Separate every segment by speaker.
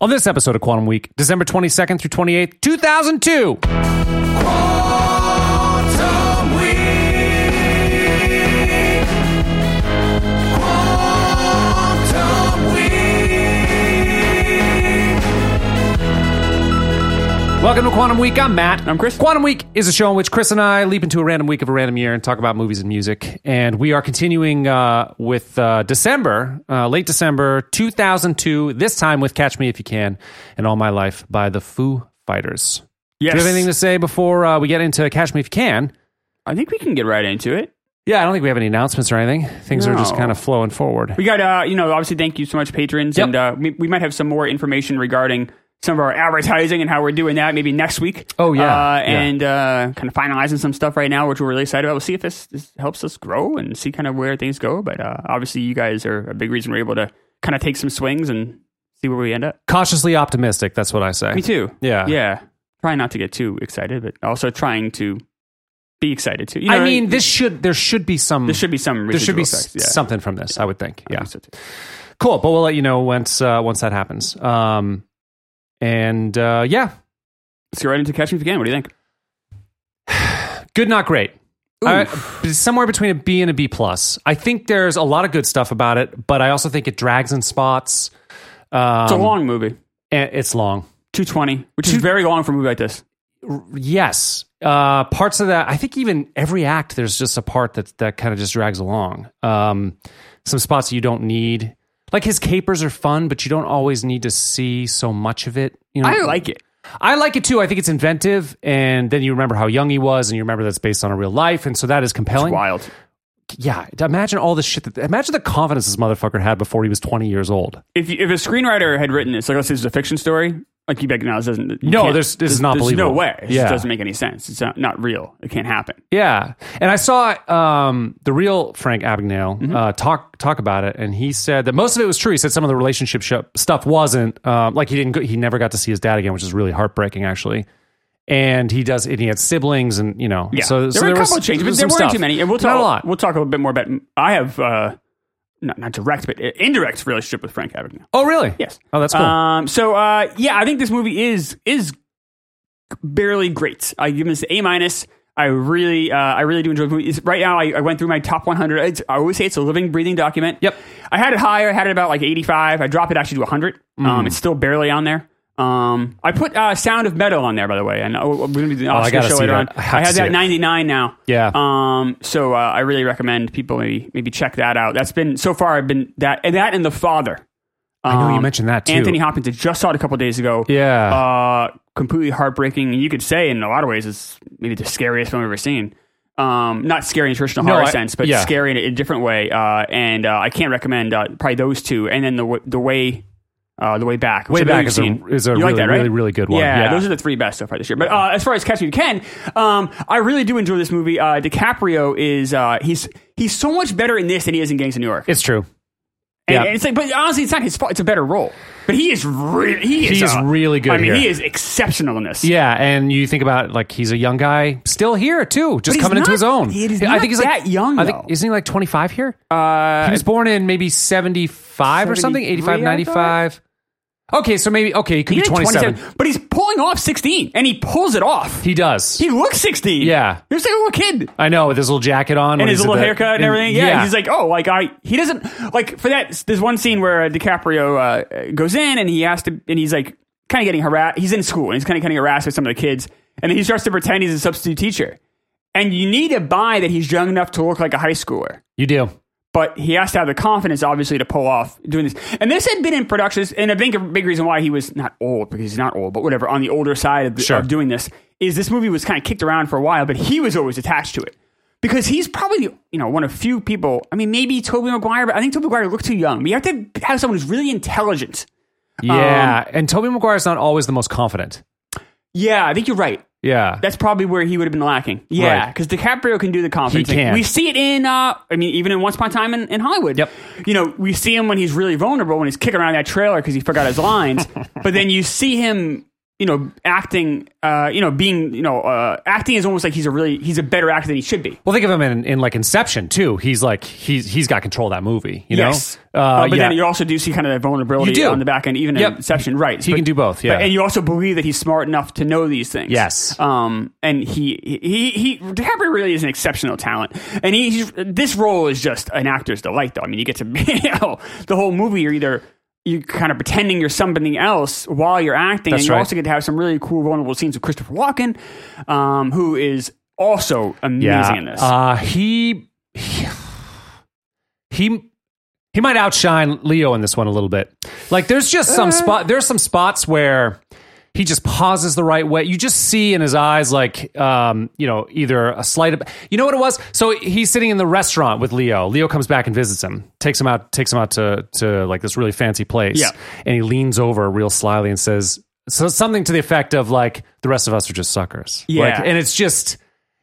Speaker 1: On this episode of Quantum Week, December 22nd through 28th, 2002. Welcome to Quantum Week. I'm Matt.
Speaker 2: I'm Chris.
Speaker 1: Quantum Week is a show in which Chris and I leap into a random week of a random year and talk about movies and music. And we are continuing uh, with uh, December, uh, late December 2002, this time with Catch Me If You Can and All My Life by the Foo Fighters.
Speaker 2: Yes.
Speaker 1: Do you have anything to say before uh, we get into Catch Me If You Can?
Speaker 2: I think we can get right into it.
Speaker 1: Yeah, I don't think we have any announcements or anything. Things are just
Speaker 2: No.
Speaker 1: kind of flowing forward.
Speaker 2: We got, uh, you know, obviously, thank you so much, patrons,
Speaker 1: Yep.
Speaker 2: and uh, we, we might have some more information regarding some of our advertising and how we're doing that maybe next week.
Speaker 1: Oh, yeah.
Speaker 2: uh,
Speaker 1: Yeah.
Speaker 2: and uh, kind of finalizing some stuff right now, which we're really excited about. We'll see if this, this helps us grow and see kind of where things go. But uh, obviously, you guys are a big reason we're able to kind of take some swings and see where we end up.
Speaker 1: Cautiously optimistic, that's what I say.
Speaker 2: Me too.
Speaker 1: Yeah.
Speaker 2: yeah. Trying not to get too excited, but also trying to be excited too. You know
Speaker 1: I
Speaker 2: what
Speaker 1: mean, this should there should be some
Speaker 2: there should be some.
Speaker 1: there should be
Speaker 2: residual effects, yeah.
Speaker 1: something from this, I would think.
Speaker 2: I
Speaker 1: Yeah.
Speaker 2: think so, too.
Speaker 1: cool but we'll let you know once uh, once that happens um and uh yeah
Speaker 2: Let's go right into catching again. What do you think?
Speaker 1: good not great I, somewhere between a b and a b plus i think there's a lot of good stuff about it but i also think it drags in spots um,
Speaker 2: It's a long movie,
Speaker 1: and it's long
Speaker 2: 220, which is very long for a movie like this.
Speaker 1: yes uh parts of that i think even every act there's just a part that that kind of just drags along um some spots you don't need like his capers are fun but you don't always need to see so much of it you know
Speaker 2: I like it.
Speaker 1: I like it too. I think it's inventive, and then you remember how young he was, and you remember that's based on a real life, and so that is compelling.
Speaker 2: Wild.
Speaker 1: Yeah, imagine all the shit that. Imagine the confidence this motherfucker had before he was twenty years old.
Speaker 2: If you, if a screenwriter had written this, like let's say this is a fiction story, like you'd be like, no, this doesn't. you
Speaker 1: No,
Speaker 2: can't-
Speaker 1: there's- this is not
Speaker 2: there's
Speaker 1: believable.
Speaker 2: no way. It
Speaker 1: Yeah.
Speaker 2: just doesn't make any sense. It's not, not real. It can't happen.
Speaker 1: Yeah, and I saw um, the real Frank Abagnale
Speaker 2: Mm-hmm.
Speaker 1: uh, talk talk about it, and he said that most of it was true. He said some of the relationship sh- stuff wasn't um, like he didn't go, he never got to see his dad again, which is really heartbreaking, actually. And he does, and he had siblings, and you know,
Speaker 2: Yeah.
Speaker 1: so
Speaker 2: there
Speaker 1: so
Speaker 2: were a
Speaker 1: there
Speaker 2: couple
Speaker 1: was,
Speaker 2: of changes, but
Speaker 1: was
Speaker 2: there
Speaker 1: some
Speaker 2: weren't
Speaker 1: stuff.
Speaker 2: too many. And we'll talk
Speaker 1: Not a lot.
Speaker 2: We'll talk a bit more about. I have uh, not not direct, but indirect relationship with Frank Abagnale.
Speaker 1: oh, really?
Speaker 2: Yes.
Speaker 1: Oh, that's cool.
Speaker 2: Um, so uh, yeah, I think this movie is is barely great. I give this a minus. I really, uh, I really do enjoy the movie. It's- Right now, I, I went through my top 100. It's, I always say it's a living, breathing document.
Speaker 1: Yep.
Speaker 2: I had it higher. I had it about like 85. I dropped it actually to 100.
Speaker 1: Mm.
Speaker 2: Um, it's still barely on there. Um, I put uh, Sound of Metal on there, by the way. And uh, we're going to do the Oscar
Speaker 1: gotta
Speaker 2: show
Speaker 1: see
Speaker 2: later
Speaker 1: that.
Speaker 2: on.
Speaker 1: Oh, I have to
Speaker 2: had
Speaker 1: see it.
Speaker 2: that 99 now.
Speaker 1: Yeah.
Speaker 2: Um, so uh, I really recommend people maybe maybe check that out. That's been so far. I've been that and that and the father.
Speaker 1: I know you
Speaker 2: Um,
Speaker 1: mentioned that too.
Speaker 2: Anthony Hopkins. I just saw it a couple days ago.
Speaker 1: Yeah.
Speaker 2: Uh, completely heartbreaking. You could say in a lot of ways it's maybe the scariest film I've ever seen. Um, not scary in traditional
Speaker 1: No,
Speaker 2: horror
Speaker 1: I-
Speaker 2: sense, but
Speaker 1: yeah.
Speaker 2: scary in a, a different way. Uh, and uh, I can't recommend uh, probably those two. And then the w- the way. Uh, the way back, which
Speaker 1: Way
Speaker 2: I know
Speaker 1: Back
Speaker 2: you've
Speaker 1: is a-
Speaker 2: seen.
Speaker 1: is a
Speaker 2: You
Speaker 1: really,
Speaker 2: like that, right?
Speaker 1: really, really good one.
Speaker 2: Yeah,
Speaker 1: Yeah.
Speaker 2: those are the three best so far this year. But uh, as far as Catch Me If You Can, um, I really do enjoy this movie. Uh, DiCaprio is uh, he's he's so much better in this than he is in Gangs of New York.
Speaker 1: It's true.
Speaker 2: And,
Speaker 1: Yeah.
Speaker 2: and it's like, but honestly, it's not his fault. It's a better role. But he is really, he is,
Speaker 1: He is
Speaker 2: uh,
Speaker 1: really good
Speaker 2: I mean,
Speaker 1: here.
Speaker 2: he is exceptional in this.
Speaker 1: Yeah, and you think about like he's a young guy still here too, just
Speaker 2: he's
Speaker 1: coming into
Speaker 2: not-
Speaker 1: his own.
Speaker 2: he is not that young,
Speaker 1: I think
Speaker 2: though.
Speaker 1: isn't he like 25 here? he
Speaker 2: Uh,
Speaker 1: was born in maybe 75 or something, 85,
Speaker 2: 73, I
Speaker 1: 95. Okay, so maybe okay, he could
Speaker 2: he
Speaker 1: be
Speaker 2: is
Speaker 1: 27.
Speaker 2: 27, but he's pulling off 16, and he pulls it off.
Speaker 1: He does.
Speaker 2: He looks 16.
Speaker 1: Yeah. Oh,
Speaker 2: You're like a little kid.
Speaker 1: I know with his little jacket on when
Speaker 2: And his
Speaker 1: he's at
Speaker 2: little
Speaker 1: the-
Speaker 2: haircut and everything. Yeah, He's like, oh, like I, he doesn't, like for that, there's one scene where uh, DiCaprio uh, goes in and he has to, and he's like kind of getting harassed. He's in school and he's kind of getting harassed with some of the kids. And then he starts to pretend he's a substitute teacher. And you need to buy that he's young enough to look like a high schooler.
Speaker 1: you do.
Speaker 2: but he has to have the confidence, obviously, to pull off doing this. And this had been in production, and I think a big reason why he was not old, because he's not old, but whatever, on the older side of, the,
Speaker 1: Sure.
Speaker 2: of doing this, is this movie was kind of kicked around for a while, but he was always attached to it. Because he's probably, you know, one of few people. I mean, maybe Toby Maguire, but I think Toby Maguire looked too young. But you have to have someone who's really intelligent.
Speaker 1: Yeah, and Toby Maguire's not always the most confident.
Speaker 2: Yeah, I think you're right.
Speaker 1: Yeah.
Speaker 2: That's probably where he would have been lacking. Yeah,
Speaker 1: Right.
Speaker 2: because DiCaprio can do the confidence.
Speaker 1: He
Speaker 2: thing.
Speaker 1: can.
Speaker 2: We see it in, uh, I mean, even in Once Upon a Time in, in Hollywood.
Speaker 1: Yep.
Speaker 2: You know, we see him when he's really vulnerable, when he's kicking around that trailer because he forgot his lines. but then you see him you know, acting, uh, you know, being, you know, uh, acting is almost like he's a really, he's a better actor than he should be.
Speaker 1: Well, think of him in, in like Inception too. He's like he's he's got control of that movie. You
Speaker 2: Yes.
Speaker 1: know,
Speaker 2: Uh, but
Speaker 1: yeah.
Speaker 2: then you also do see kind of that vulnerability
Speaker 1: You do.
Speaker 2: on the back end, even
Speaker 1: Yep.
Speaker 2: in Inception, right?
Speaker 1: He can do both, yeah.
Speaker 2: and you also believe that he's smart enough to know these things.
Speaker 1: Yes.
Speaker 2: Um, and he he he DiCaprio really is an exceptional talent, and he, he's this role is just an actor's delight. Though I mean, you get to be you know, the whole movie. You're either you kind of pretending you're something else while you're acting,
Speaker 1: That's
Speaker 2: and you
Speaker 1: right.
Speaker 2: also get to have some really cool, vulnerable scenes with Christopher Walken, um, who is also amazing in this.
Speaker 1: Uh, he, he he he might outshine Leo in this one a little bit. Like there's just
Speaker 2: Uh.
Speaker 1: some spot there's some spots where he just pauses the right way. You just see in his eyes like um, you know, either a slight ab- You know what it was? So he's sitting in the restaurant with Leo. Leo comes back and visits him. Takes him out takes him out to to like this really fancy place.
Speaker 2: Yeah.
Speaker 1: And he leans over real slyly and says so something to the effect of like the rest of us are just suckers.
Speaker 2: Yeah.
Speaker 1: Like, and it's just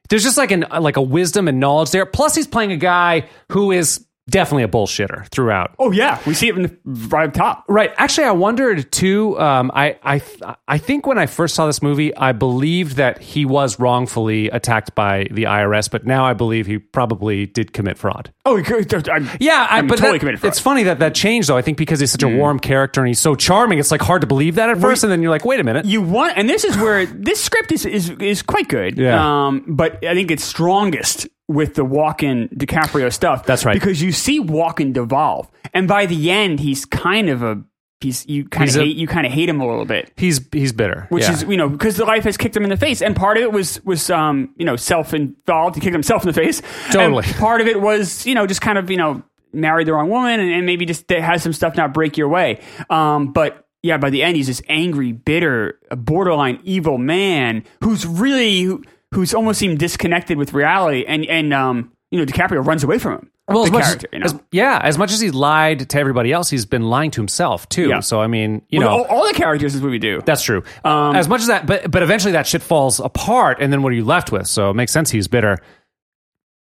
Speaker 1: there's just like an like a wisdom and knowledge there. Plus, he's playing a guy who is definitely a bullshitter throughout.
Speaker 2: oh yeah, we see it in the, right up top.
Speaker 1: Right. Actually, I wondered too. Um, I I I think when I first saw this movie, I believed that he was wrongfully attacked by the IRS, but now I believe he probably did commit fraud.
Speaker 2: Oh, I'm,
Speaker 1: Yeah, I,
Speaker 2: I'm
Speaker 1: but
Speaker 2: totally
Speaker 1: that-
Speaker 2: committed fraud. Mm.
Speaker 1: it's funny that that changed though. I think because he's such a warm character and he's so charming, it's like hard to believe that at first, and then you're like, wait a minute.
Speaker 2: you want and this is where this script is is, is quite good
Speaker 1: Yeah.
Speaker 2: um but i think it's strongest with the walk-in dicaprio stuff
Speaker 1: That's right.
Speaker 2: because you see walk-in devolve and by the end he's kind of a he's you kind
Speaker 1: He's
Speaker 2: of
Speaker 1: a-
Speaker 2: hate you kind of hate him a little bit
Speaker 1: he's he's bitter,
Speaker 2: which
Speaker 1: Yeah.
Speaker 2: is you know because the life has kicked him in the face and part of it was was um you know self-involved he kicked himself in the face
Speaker 1: Totally.
Speaker 2: And part of it was you know just kind of you know married the wrong woman and, and maybe just that has some stuff not break your way um but yeah by the end he's this angry bitter borderline evil man who's really who, who's almost seemed disconnected with reality and and um you know DiCaprio runs away from him the
Speaker 1: much
Speaker 2: character you know
Speaker 1: as- yeah, as much as he's lied to everybody else, he's been lying to himself too.
Speaker 2: Yeah. oh,
Speaker 1: So I mean, you know,
Speaker 2: all, all the characters is what we do
Speaker 1: that's true.
Speaker 2: um,
Speaker 1: as much as that, but but eventually that shit falls apart, and then what are you left with? So it makes sense he's bitter.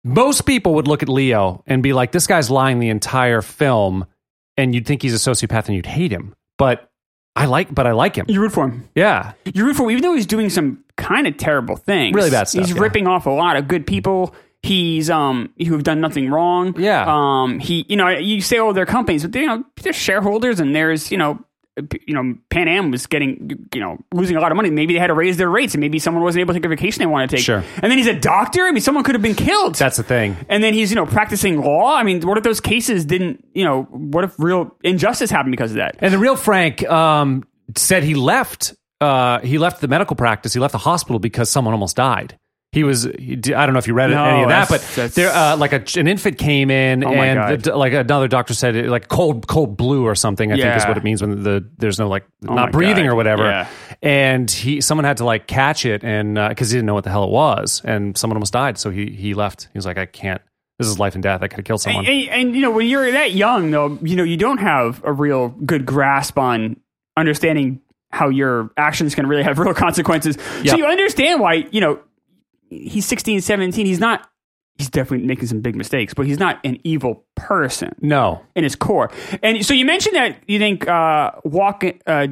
Speaker 1: Most people would look at Leo and be like, "This guy's lying the entire film," and you'd think he's a sociopath and you'd hate him. But I like, but I like him.
Speaker 2: you root for him
Speaker 1: Yeah,
Speaker 2: you root for him, even though he's doing some kind of terrible things.
Speaker 1: Really bad stuff,
Speaker 2: He's
Speaker 1: yeah.
Speaker 2: ripping off a lot of good people. He's um who have done nothing wrong.
Speaker 1: Yeah.
Speaker 2: Um. He, you know, you say oh they're companies, but you know they're shareholders, and there's you know. You know, Pan Am was getting, you know, losing a lot of money. Maybe they had to raise their rates, and maybe someone wasn't able to take a vacation they wanted to take.
Speaker 1: Sure.
Speaker 2: And then he's a doctor. I mean, someone could have been killed.
Speaker 1: that's the thing.
Speaker 2: and then he's, you know, practicing law. I mean, what if those cases didn't, you know, what if real injustice happened because of that?
Speaker 1: And the real Frank um, said he left. Uh, he left the medical practice. He left the hospital because someone almost died. He was. He, d- I don't know if you read
Speaker 2: No,
Speaker 1: any of that, but
Speaker 2: that's- that's- Oh
Speaker 1: there, uh, like a, an infant came in,
Speaker 2: my
Speaker 1: and the,
Speaker 2: God.
Speaker 1: d- like another doctor said, it, like cold, cold blue or something. I think is
Speaker 2: Yeah. Oh
Speaker 1: what it means when the there's no like
Speaker 2: my
Speaker 1: not breathing
Speaker 2: God.
Speaker 1: or whatever.
Speaker 2: Yeah.
Speaker 1: And he, someone had to like catch it, and because he didn't know what the hell it was, and someone almost died, so he he left. He was like, I can't. This is life and death. I could have killed someone.
Speaker 2: And, and, and, you know, when you're that young, though, you know, you don't have a real good grasp on understanding how your actions can really have real consequences.
Speaker 1: Yeah.
Speaker 2: So you understand why, you know, he's 16, 17. He's not, he's definitely making some big mistakes, but he's not an evil person
Speaker 1: no,
Speaker 2: in his core. And so you mentioned that you think uh, walking uh,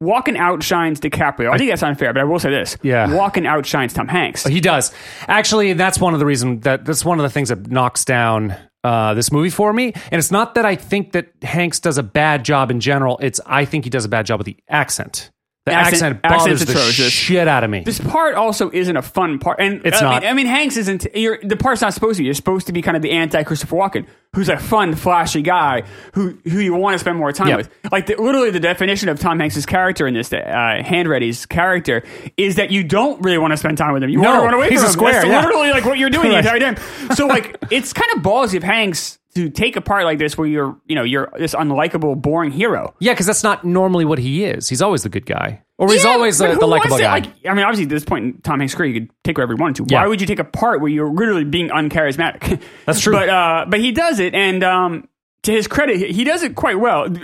Speaker 2: walking outshines DiCaprio. I think that's unfair, but I will say this:
Speaker 1: Yeah.
Speaker 2: walking outshines Tom Hanks.
Speaker 1: He does. Actually, that's one of the reason that that's one of the things that knocks down uh, this movie for me. And it's not that I think that Hanks does a bad job in general. It's I think he does a bad job with the accent. The accent,
Speaker 2: Accent-
Speaker 1: bothers
Speaker 2: accent's
Speaker 1: the
Speaker 2: atrocious.
Speaker 1: shit out of me.
Speaker 2: this part also isn't a fun part, and
Speaker 1: It's
Speaker 2: I
Speaker 1: not.
Speaker 2: Mean, I mean, Hanks isn't. You're, the part's not supposed to. be. You're supposed to be kind of the anti Christopher Walken, who's a fun, flashy guy who who you want to spend more time
Speaker 1: Yep.
Speaker 2: with. Like the, literally, the definition of Tom Hanks's character in this, uh, Handready's character, is that you don't really want to spend time with him. You want
Speaker 1: No,
Speaker 2: to run away
Speaker 1: he's
Speaker 2: from
Speaker 1: a
Speaker 2: him. That's
Speaker 1: square, yeah.
Speaker 2: literally like what you're doing
Speaker 1: Right.
Speaker 2: the entire time. So like, it's kind of ballsy of Hanks to take a part like this where you're you know you're this unlikable, boring hero.
Speaker 1: yeah, because that's not normally what he is. He's always the good guy, or he's
Speaker 2: Yeah,
Speaker 1: always
Speaker 2: but
Speaker 1: the,
Speaker 2: who
Speaker 1: the
Speaker 2: wants
Speaker 1: likable
Speaker 2: it?
Speaker 1: guy.
Speaker 2: Like, I mean, obviously, at this point, in Tom Hanks' career, you could take wherever you wanted to.
Speaker 1: Yeah.
Speaker 2: Why would you take a part where you're literally being uncharismatic?
Speaker 1: That's true.
Speaker 2: But uh, but he does it, and um, to his credit, he- he does it quite well. Uh,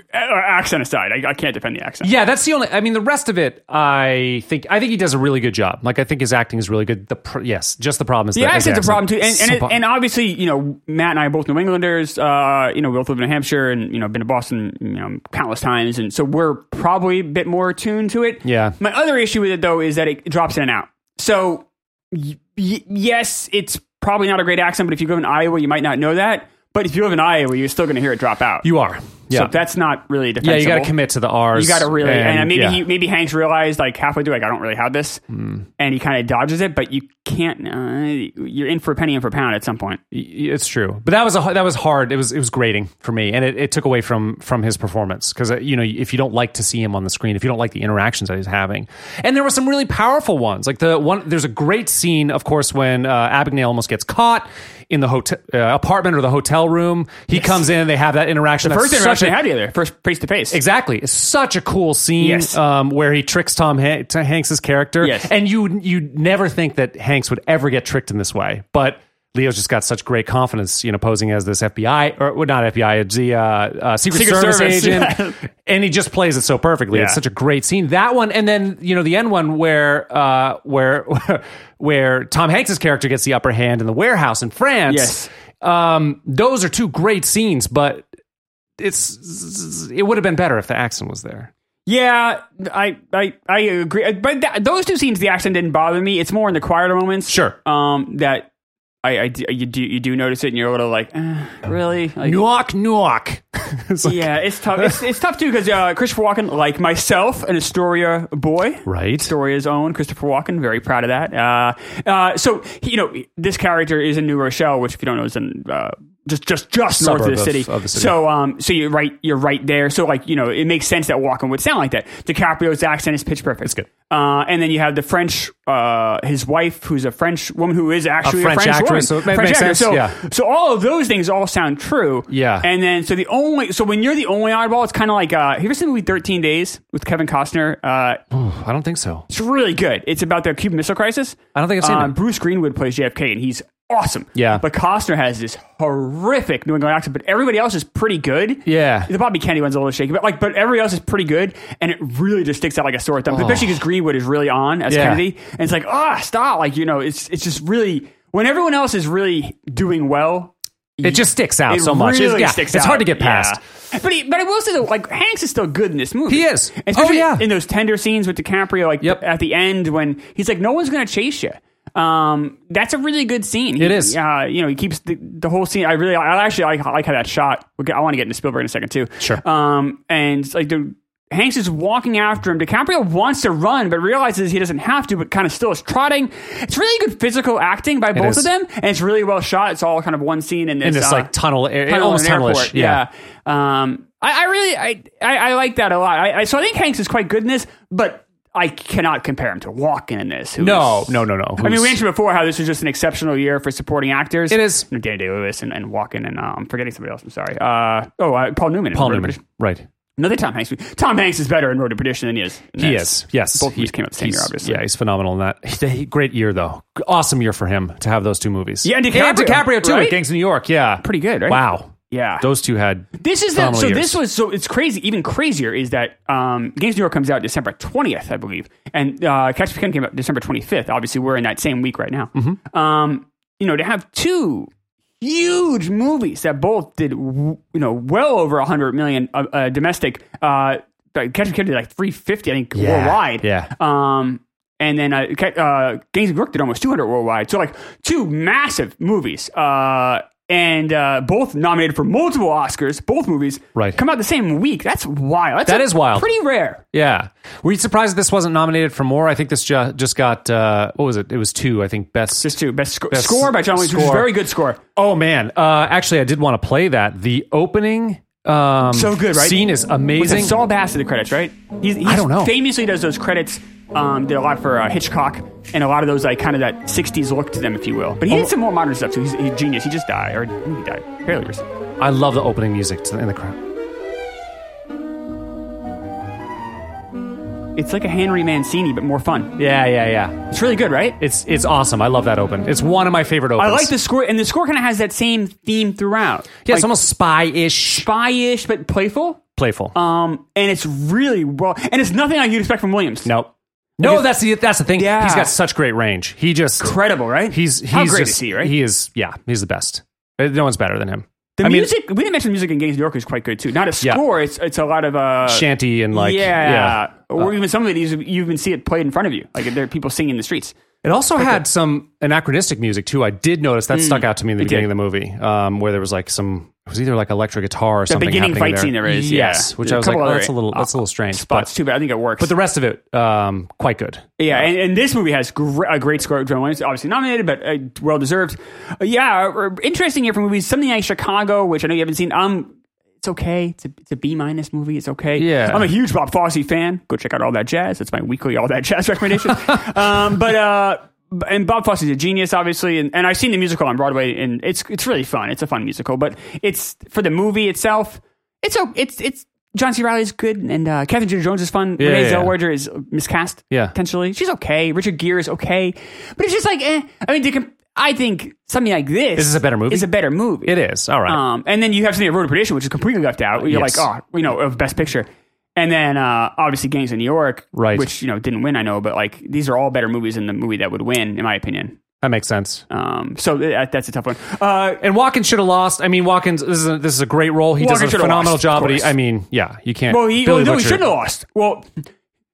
Speaker 2: Accent aside, I, I can't defend the accent.
Speaker 1: Yeah, that's the only. I mean, the rest of it, I think, I think he does a really good job. Like, I think his acting is really good. The pr- yes, just the problem is
Speaker 2: The
Speaker 1: that
Speaker 2: accent's a problem too, and and,
Speaker 1: So
Speaker 2: it,
Speaker 1: bu-
Speaker 2: and obviously, you know, Matt and I are both New Englanders. Uh, you know, we both live in New Hampshire, and you know, been to Boston, you know, countless times, and so we're probably a bit more attuned to it.
Speaker 1: Yeah.
Speaker 2: My other issue with it though is that it drops in and out. So, y- y- yes, it's probably not a great accent, but if you live in Iowa, you might not know that. But if you live in Iowa, you're still going to hear it drop out.
Speaker 1: you are. Yeah,
Speaker 2: So that's not really
Speaker 1: yeah.
Speaker 2: defensible.
Speaker 1: You got to commit to the R's.
Speaker 2: You got to really, and, maybe
Speaker 1: yeah. Hmm.
Speaker 2: he, maybe Hanks realized like halfway through, like I don't really have this, and he kind of dodges it. But you can't. Uh, you're in for a penny and for a pound at some point.
Speaker 1: Y- It's true, but that was a that was hard. It was it was grating for me, and it, it took away from from his performance because you know if you don't like to see him on the screen, if you don't like the interactions that he's having, and there were some really powerful ones. Like the one, there's a great scene, of course, when uh, Abagnale almost gets caught in the hotel uh, apartment or the hotel room. He comes in, and they have that interaction.
Speaker 2: First
Speaker 1: That's such
Speaker 2: interaction
Speaker 1: a-
Speaker 2: they had together, first face to face.
Speaker 1: Exactly, it's such a cool scene
Speaker 2: Yes.
Speaker 1: um, where he tricks Tom Han- to Hanks's character,
Speaker 2: Yes.
Speaker 1: and you you never think that Hanks would ever get tricked in this way, but Leo's just got such great confidence, you know, posing as this FBI or well, not FBI, it's the uh, uh, Secret,
Speaker 2: Secret
Speaker 1: Service,
Speaker 2: Service,
Speaker 1: agent, and he just plays it so perfectly. It's
Speaker 2: Yeah.
Speaker 1: such a great scene. That one, and then you know the end one where uh, where where Tom Hanks's character gets the upper hand in the warehouse in France.
Speaker 2: Yes.
Speaker 1: Um, those are two great scenes, but it's it would have been better if the accent was there.
Speaker 2: Yeah, I I I agree. uh, But th- those two scenes, the accent didn't bother me. It's more in the quieter moments.
Speaker 1: Sure.
Speaker 2: Um, that I, I d- you do you do notice it, and you're a little like, eh, really? Like,
Speaker 1: Newark, Newark. It's like-
Speaker 2: Yeah, it's tough. It's, it's tough too because uh, Christopher Walken, like myself, an Astoria boy,
Speaker 1: Right.
Speaker 2: Astoria's own Christopher Walken, very proud of that. Uh, uh, so he- you know, this character is in New Rochelle, which if you don't know is in uh, just just just north of
Speaker 1: Suburb
Speaker 2: the,
Speaker 1: of-
Speaker 2: city.
Speaker 1: of the city.
Speaker 2: So um, so you're right, you're right there. So like you know, it makes sense that Walken would sound like that. DiCaprio's accent is pitch perfect. It's
Speaker 1: good.
Speaker 2: Uh, and then you have the French, uh, his wife, who's a French woman who is actually a
Speaker 1: French
Speaker 2: French,
Speaker 1: actress, so
Speaker 2: woman.
Speaker 1: it ma-
Speaker 2: French
Speaker 1: makes
Speaker 2: actress.
Speaker 1: sense,
Speaker 2: So,
Speaker 1: yeah.
Speaker 2: so all of those things all sound true.
Speaker 1: Yeah.
Speaker 2: And then so the only so when you're the only oddball, it's kind of like uh, have you ever seen the movie Thirteen Days with Kevin Costner? Uh,
Speaker 1: I don't think so.
Speaker 2: it's really good. It's about the Cuban Missile Crisis.
Speaker 1: I don't think I've seen
Speaker 2: Um,
Speaker 1: it.
Speaker 2: Bruce Greenwood plays JFK, and he's awesome.
Speaker 1: Yeah.
Speaker 2: But Costner has this horrific New England accent, but everybody else is pretty good.
Speaker 1: Yeah.
Speaker 2: The Bobby Kennedy one's a little shaky, but like, but everybody else is pretty good, and it really just sticks out like a sore thumb, especially because Greenwood is really on as
Speaker 1: Oh. Yeah.
Speaker 2: Kennedy, and it's like, ah, stop! Like you know, it's it's just really when everyone else is really doing well,
Speaker 1: It just sticks out
Speaker 2: it
Speaker 1: so much.
Speaker 2: Really
Speaker 1: it's, yeah,
Speaker 2: sticks
Speaker 1: it's hard
Speaker 2: out.
Speaker 1: to get past.
Speaker 2: Yeah. But he, but I will say though, like Hanks is still good in this movie.
Speaker 1: He is.
Speaker 2: especially
Speaker 1: Oh, yeah.
Speaker 2: in those tender scenes with DiCaprio, like
Speaker 1: Yep.
Speaker 2: at the end when he's like, "No one's gonna chase you." Um, that's a really good scene. He-
Speaker 1: It is.
Speaker 2: Uh, you know, he keeps the, the whole scene. I really, I actually like, I like how that shot. we I want to get into Spielberg in a second too.
Speaker 1: Sure.
Speaker 2: Um, and like the. Hanks is walking after him. DiCaprio wants to run, but realizes he doesn't have to, but kind of still is trotting. It's really good physical acting by both
Speaker 1: is.
Speaker 2: of them, and it's really well shot. It's all kind of one scene in this,
Speaker 1: In this
Speaker 2: uh,
Speaker 1: like tunnel, it-
Speaker 2: tunnel
Speaker 1: almost
Speaker 2: in an
Speaker 1: tunnelish.
Speaker 2: airport. Yeah. Um, I, I really, I, I, I like that a lot. I, I, so I think Hanks is quite good in this, but I cannot compare him to Walken in this. who's-
Speaker 1: No, no, no, no.
Speaker 2: I mean,
Speaker 1: Who's-
Speaker 2: we mentioned before how this was just an exceptional year for supporting actors.
Speaker 1: It is.
Speaker 2: You know, Daniel Day Lewis and, and Walken, and uh, I'm forgetting somebody else. I'm sorry. Uh, oh, uh, Paul Newman. in
Speaker 1: Paul
Speaker 2: Road to
Speaker 1: Newman.
Speaker 2: Perdition.
Speaker 1: Right.
Speaker 2: Another Tom Hanks. movie. Tom Hanks is better in Road to Perdition than he is. in
Speaker 1: He
Speaker 2: this.
Speaker 1: is. Yes.
Speaker 2: Both of
Speaker 1: He-
Speaker 2: these came out the same year,
Speaker 1: he's-
Speaker 2: obviously.
Speaker 1: Yeah, he's phenomenal in that. He- great year, though. Awesome year for him to have those two movies.
Speaker 2: Yeah, and DiCaprio,
Speaker 1: DiCaprio, too,
Speaker 2: right?
Speaker 1: at Gangs of New York. Yeah.
Speaker 2: Pretty good, right?
Speaker 1: Wow.
Speaker 2: Yeah.
Speaker 1: Those two had.
Speaker 2: This is the,
Speaker 1: Phenomenal
Speaker 2: so.
Speaker 1: years.
Speaker 2: This was so. It's crazy. Even crazier is that um, Games of New York comes out December twentieth, I believe, and uh, Catch Me If You Can came out December twenty fifth. Obviously, we're in that same week right now.
Speaker 1: Mm-hmm.
Speaker 2: Um, you know, to have two huge movies that both did w- you know well over hundred million uh, uh, domestic. Uh, but Catch Me If You Can did like three fifty, I think, worldwide.
Speaker 1: Yeah.
Speaker 2: Um, and then uh, Ca- uh, Gangs of New York did almost 200 worldwide. So like two massive movies, uh, and uh, both nominated for multiple Oscars. Both movies
Speaker 1: Right.
Speaker 2: come out the same week. That's wild. That's
Speaker 1: That
Speaker 2: like,
Speaker 1: is wild.
Speaker 2: Pretty rare.
Speaker 1: Yeah. Were you surprised this wasn't nominated for more? I think this ju- just got, uh, what was it? It was two, I think, best.
Speaker 2: Just two best, sco-
Speaker 1: Best
Speaker 2: score by John Williams, which is
Speaker 1: score.
Speaker 2: very good score.
Speaker 1: Oh man, uh, actually, I did want to play that. The opening um,
Speaker 2: So good, right?
Speaker 1: Scene is
Speaker 2: With
Speaker 1: amazing.
Speaker 2: Saul Bass to the credits, right? He's, he's
Speaker 1: I don't know.
Speaker 2: Famously does those credits. Um, did a lot for uh, Hitchcock and a lot of those like kind of that '60s look to them, if you will. But
Speaker 1: Oh.
Speaker 2: he did some more modern stuff too. He's, he's a genius. He just died, or he died fairly recently.
Speaker 1: I love the opening music to the, in the crowd.
Speaker 2: It's like a Henry Mancini, but more fun.
Speaker 1: Yeah, yeah, yeah.
Speaker 2: It's really good, right?
Speaker 1: It's it's awesome. I love that open. It's one of my favorite opens.
Speaker 2: I like the score, and the score kind of has that same theme throughout.
Speaker 1: Yeah,
Speaker 2: like,
Speaker 1: it's almost spy-ish,
Speaker 2: spy-ish but playful.
Speaker 1: playful.
Speaker 2: Um, and it's really well, and it's nothing like you'd expect from Williams.
Speaker 1: nope. No, that's the that's the thing.
Speaker 2: Yeah.
Speaker 1: He's got such great range. He just
Speaker 2: incredible, right?
Speaker 1: he's he's
Speaker 2: how great
Speaker 1: just,
Speaker 2: is he, right?
Speaker 1: He is yeah, he's the best. Uh, No one's better than him.
Speaker 2: the
Speaker 1: I mean-
Speaker 2: music we didn't mention music in Gangs of New York is quite good too. Not a
Speaker 1: Yeah.
Speaker 2: score, it's it's a lot of uh,
Speaker 1: Shanty and like
Speaker 2: yeah,
Speaker 1: yeah. Uh,
Speaker 2: or even some of these you even see it played in front of you, like there are people singing in the streets.
Speaker 1: It also had some anachronistic music too. I did notice
Speaker 2: Hmm.
Speaker 1: that stuck out to me in the beginning of the movie, um, where there was like some it was either like electric guitar or something.
Speaker 2: beginning
Speaker 1: happening
Speaker 2: fight
Speaker 1: there.
Speaker 2: scene there is, yeah.
Speaker 1: yes, which
Speaker 2: There's a
Speaker 1: I was like,
Speaker 2: couple
Speaker 1: oh,
Speaker 2: other uh,
Speaker 1: that's a little that's a little strange.
Speaker 2: Spots
Speaker 1: But,
Speaker 2: too, but I think it works.
Speaker 1: but the rest of it, um, quite good.
Speaker 2: Yeah, and, and this movie has gr- a great score. John Williams obviously nominated, but uh, well deserved. Uh, yeah, uh, interesting year for movies. Something like Chicago, which I know you haven't seen. Um, it's okay. It's a, it's a B minus movie. It's okay.
Speaker 1: Yeah.
Speaker 2: I'm a huge Bob Fosse fan. Go check out all that jazz. It's my weekly all that jazz recommendation. um, but uh, b- and Bob Fosse's a genius, obviously, and, and I've seen the musical on Broadway, and it's it's really fun. It's a fun musical, but it's for the movie itself. It's o- it's it's. John C. Riley is good, and uh, Catherine Zeta Jones is fun.
Speaker 1: Yeah,
Speaker 2: Renee
Speaker 1: yeah, yeah.
Speaker 2: Zellweger is miscast
Speaker 1: Yeah.
Speaker 2: potentially. She's okay. Richard Gere is okay, but it's just like eh. I mean, to comp- I think something like this
Speaker 1: This is a better movie?
Speaker 2: Is a better movie.
Speaker 1: It is all right.
Speaker 2: Um, and then you have something like Road to Perdition, which is completely left out. You're
Speaker 1: Yes.
Speaker 2: like, oh, you know, of Best Picture, and then uh, obviously Gangs of New York,
Speaker 1: Right.
Speaker 2: Which you know didn't win, I know, but like these are all better movies than the movie that would win, in my opinion.
Speaker 1: that makes sense.
Speaker 2: Um, so that, that's a tough one. Uh,
Speaker 1: And Watkins should have lost. I mean, Watkins. This is a, this is a great role. He
Speaker 2: Walken
Speaker 1: does a
Speaker 2: should have
Speaker 1: phenomenal
Speaker 2: lost, of
Speaker 1: job. But he,
Speaker 2: course.
Speaker 1: I mean, yeah, you can't.
Speaker 2: well, he,
Speaker 1: Billy
Speaker 2: well, no, he
Speaker 1: Butcher-
Speaker 2: shouldn't have lost. Well,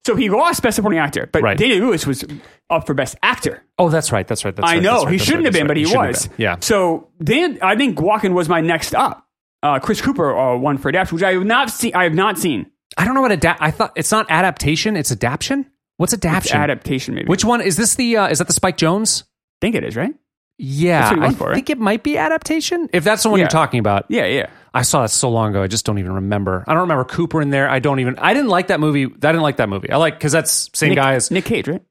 Speaker 2: so he lost Best Supporting Actor, but
Speaker 1: Right.
Speaker 2: Daniel Lewis was up for Best Actor.
Speaker 1: Oh, that's right. That's right. That's
Speaker 2: I
Speaker 1: right,
Speaker 2: know
Speaker 1: that's right,
Speaker 2: he
Speaker 1: that's
Speaker 2: shouldn't
Speaker 1: right,
Speaker 2: have been, but he
Speaker 1: that's right,
Speaker 2: was.
Speaker 1: shouldn't have been. Yeah.
Speaker 2: So Dan, I think Walken was my next up. Uh, Chris Cooper uh, won for adaptation, which I have not seen. I have not seen
Speaker 1: I don't know what adapt. I thought it's not adaptation. It's adaption. What's adaption?
Speaker 2: adaptation. Maybe
Speaker 1: Which one is this? The uh, is that the Spike Jones?
Speaker 2: I think it is right.
Speaker 1: Yeah,
Speaker 2: That's what you
Speaker 1: I
Speaker 2: went for, right?
Speaker 1: think it might be adaptation. If that's the one
Speaker 2: Yeah.
Speaker 1: you're talking about,
Speaker 2: Yeah, yeah.
Speaker 1: I saw that so long ago. I just don't even remember. I don't remember Cooper in there. I don't even. I didn't like that movie. I didn't like that movie. I like because that's same
Speaker 2: Nick,
Speaker 1: guy as
Speaker 2: Nick Cage, right?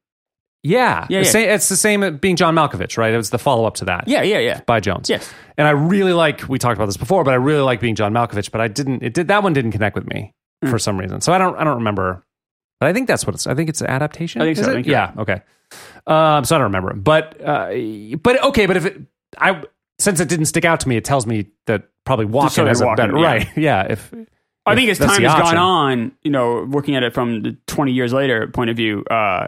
Speaker 1: yeah.
Speaker 2: Yeah,
Speaker 1: the
Speaker 2: yeah.
Speaker 1: same- it's the same at being John Malkovich, right? It was the follow up to that.
Speaker 2: Yeah, yeah, yeah.
Speaker 1: by Jones.
Speaker 2: Yes.
Speaker 1: and I really like. We talked about this before, but I really like being John Malkovich. But I didn't. It did that one didn't connect with me for
Speaker 2: Mm.
Speaker 1: some reason. So I don't. I don't remember. But I think that's what it's. I think it's an adaptation.
Speaker 2: I think
Speaker 1: is
Speaker 2: so. I
Speaker 1: it?
Speaker 2: think you're
Speaker 1: yeah. Okay. Um, so I don't remember. But uh, but okay. But if it, I since it didn't stick out to me, it tells me that probably
Speaker 2: so
Speaker 1: Walken
Speaker 2: did
Speaker 1: has a
Speaker 2: Walken,
Speaker 1: better
Speaker 2: yeah.
Speaker 1: right. Yeah. If
Speaker 2: I think as
Speaker 1: That's
Speaker 2: time
Speaker 1: the
Speaker 2: has
Speaker 1: option.
Speaker 2: gone on, you know, looking at it from the 20 years later point of view, uh,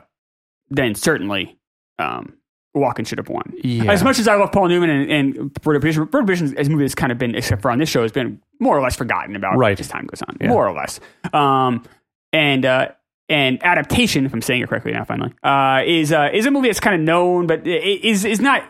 Speaker 2: then certainly um, Walken should have won.
Speaker 1: Yeah.
Speaker 2: As much as I love Paul Newman and, and Bird of Perdition, Bird of Perdition, as a movie that's kind of been, except for on this show, has been more or less forgotten about
Speaker 1: Right.
Speaker 2: as time goes on,
Speaker 1: Yeah.
Speaker 2: more or less. Um, and uh, and adaptation, if I'm saying it correctly now, finally, uh, is uh, is a movie that's kind of known, but it is is not.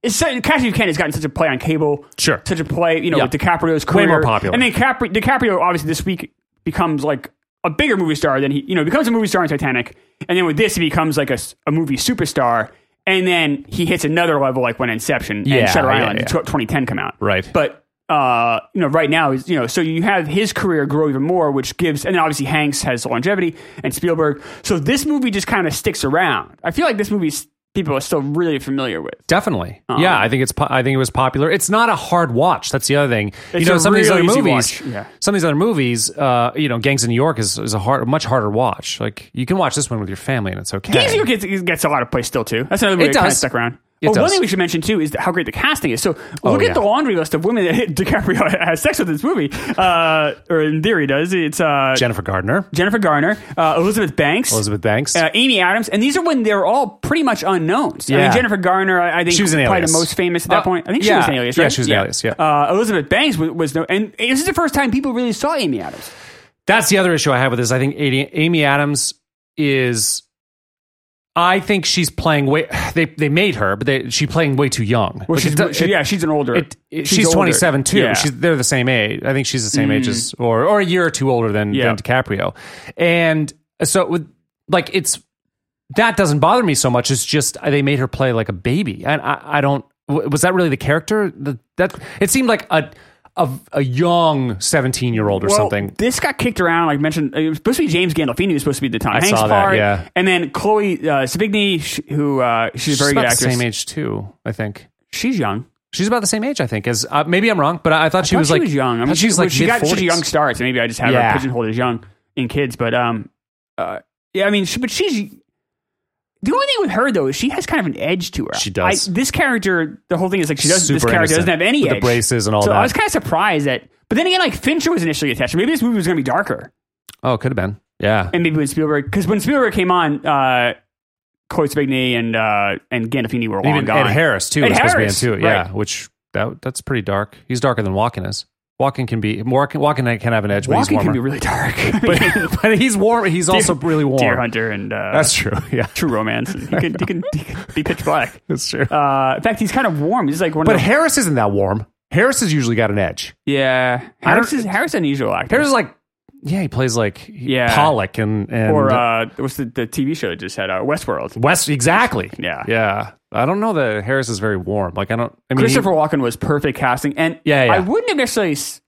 Speaker 2: It's certain, Cash You Can has gotten such a play on cable,
Speaker 1: Sure.
Speaker 2: such a play, you know,
Speaker 1: Yeah.
Speaker 2: with DiCaprio's
Speaker 1: Way
Speaker 2: career,
Speaker 1: more popular.
Speaker 2: and then Capri- DiCaprio obviously this week becomes like a bigger movie star than he, you know, becomes a movie star in Titanic, and then with this he becomes like a, s- a movie superstar, and then he hits another level like when Inception
Speaker 1: Yeah,
Speaker 2: and Shutter
Speaker 1: yeah,
Speaker 2: Island
Speaker 1: yeah.
Speaker 2: tw- 2010 come out,
Speaker 1: Right.
Speaker 2: But uh, you know, right now is you know, so you have his career grow even more, which gives, and then obviously Hanks has longevity and Spielberg, so this movie just kind of sticks around. I feel like this movie people are still really familiar with.
Speaker 1: Definitely.
Speaker 2: Oh,
Speaker 1: yeah, I think it's. po- I think it was popular. It's not a hard watch. That's the other thing. you
Speaker 2: It's
Speaker 1: know,
Speaker 2: a
Speaker 1: some of these
Speaker 2: real
Speaker 1: other
Speaker 2: easy
Speaker 1: movies.
Speaker 2: watch, yeah.
Speaker 1: Some of these other movies. Uh, you know, Gangs in New York is, is a hard, much harder watch. Like you can watch this one with your family and it's okay.
Speaker 2: Games New York gets, gets a lot of play still too. That's another movie
Speaker 1: It
Speaker 2: that kind of
Speaker 1: does.
Speaker 2: stuck around.
Speaker 1: It
Speaker 2: But one
Speaker 1: does. Oh,
Speaker 2: thing we should mention too is how great the casting is. So look
Speaker 1: yeah.
Speaker 2: at the laundry list of women that DiCaprio has sex with in this movie, uh, or in theory does. It's uh,
Speaker 1: Jennifer Gardner,
Speaker 2: Jennifer Garner, uh, Elizabeth Banks,
Speaker 1: Elizabeth Banks.
Speaker 2: uh, Amy Adams, and these are when they're all pretty much unknowns. I
Speaker 1: Yeah.
Speaker 2: mean, Jennifer Garner, I, I think
Speaker 1: She was an
Speaker 2: probably
Speaker 1: alias.
Speaker 2: the most famous at that
Speaker 1: Uh,
Speaker 2: point. I think she
Speaker 1: yeah.
Speaker 2: was an alias.
Speaker 1: Yeah,
Speaker 2: Right?
Speaker 1: she was an alias, yeah.
Speaker 2: Uh, Elizabeth Banks was, was no, and this is the first time people really saw Amy Adams.
Speaker 1: That's the other issue I have with this. I think Amy Amy Adams is. I think she's playing way. They they made her, but they, she's playing way too young.
Speaker 2: Well,
Speaker 1: Like,
Speaker 2: she's,
Speaker 1: it do-
Speaker 2: she-
Speaker 1: it-
Speaker 2: yeah, she's an older.
Speaker 1: It, it- she's,
Speaker 2: older.
Speaker 1: 27 too.
Speaker 2: Yeah. Mm.
Speaker 1: She's, they're the same age. I think she's the same age as, or or a year or two older than,
Speaker 2: Yeah.
Speaker 1: than DiCaprio. And so, it would- like, it's that doesn't bother me so much. It's just uh, they made her play like a baby, and I, I don't. w- Was that really the character? The, that it seemed like a a, a young 17 year old or
Speaker 2: Well,
Speaker 1: something.
Speaker 2: This got kicked around, like mentioned. It was supposed to be James Gandolfini was supposed to be the Tom Hanks
Speaker 1: saw that,
Speaker 2: part,
Speaker 1: yeah.
Speaker 2: And then Chloe uh, Savigny, sh- who uh, she's,
Speaker 1: She's
Speaker 2: a very
Speaker 1: about
Speaker 2: good
Speaker 1: the
Speaker 2: actress.
Speaker 1: same age too. I think
Speaker 2: She's young.
Speaker 1: she's about the same age. I think as uh, maybe I'm wrong, but I, I thought she
Speaker 2: Well,
Speaker 1: was like
Speaker 2: she was young. I mean,
Speaker 1: thought she was
Speaker 2: well,
Speaker 1: like
Speaker 2: she got such a
Speaker 1: mid-forties.
Speaker 2: young start, so maybe I just have
Speaker 1: Yeah.
Speaker 2: her pigeonholed as young in kids. But um, uh, yeah, I mean, she, but she's the only thing with her though is she has kind of an edge to her.
Speaker 1: She does.
Speaker 2: I, this character, the whole thing is like she does. this
Speaker 1: Super
Speaker 2: character
Speaker 1: innocent.
Speaker 2: doesn't have any
Speaker 1: With the
Speaker 2: edge.
Speaker 1: braces and all
Speaker 2: so
Speaker 1: that.
Speaker 2: I was kind of surprised that. But then again, like Fincher was initially attached. Maybe this movie was going to be darker,
Speaker 1: Oh, it could have been. Yeah.
Speaker 2: and maybe when Spielberg, because when Spielberg came on, uh, Chloe Spigney and uh, and Gandolfini were long
Speaker 1: Even
Speaker 2: gone.
Speaker 1: Ed Harris too
Speaker 2: Ed
Speaker 1: was supposed
Speaker 2: Harris,
Speaker 1: to be in too. Yeah,
Speaker 2: right.
Speaker 1: which that that's pretty dark. He's darker than Walken is. Walken can be Walken, Walken can have an edge, but he's
Speaker 2: Walking can
Speaker 1: warmer.
Speaker 2: be really dark.
Speaker 1: but, but he's warm. He's also really warm.
Speaker 2: Deer Hunter and uh,
Speaker 1: That's true. Yeah,
Speaker 2: True Romance. and He can, he, can, he can be pitch black.
Speaker 1: that's true.
Speaker 2: Uh, in fact, he's kind of warm. He's like one
Speaker 1: but
Speaker 2: of the,
Speaker 1: Harris isn't that warm. Harris has usually got an edge.
Speaker 2: yeah.
Speaker 1: I don't-
Speaker 2: Harris is Harris is an unusual actor.
Speaker 1: Harris is like, yeah, he plays like
Speaker 2: Yeah.
Speaker 1: Pollock and and
Speaker 2: or uh, what's the, the TV show that just had uh, Westworld?
Speaker 1: West. Exactly.
Speaker 2: Yeah.
Speaker 1: yeah. I don't know that Harris is very warm. Like I don't. I mean, he-
Speaker 2: Christopher Walken was perfect casting, and
Speaker 1: Yeah, yeah.
Speaker 2: I wouldn't have necessarily. s-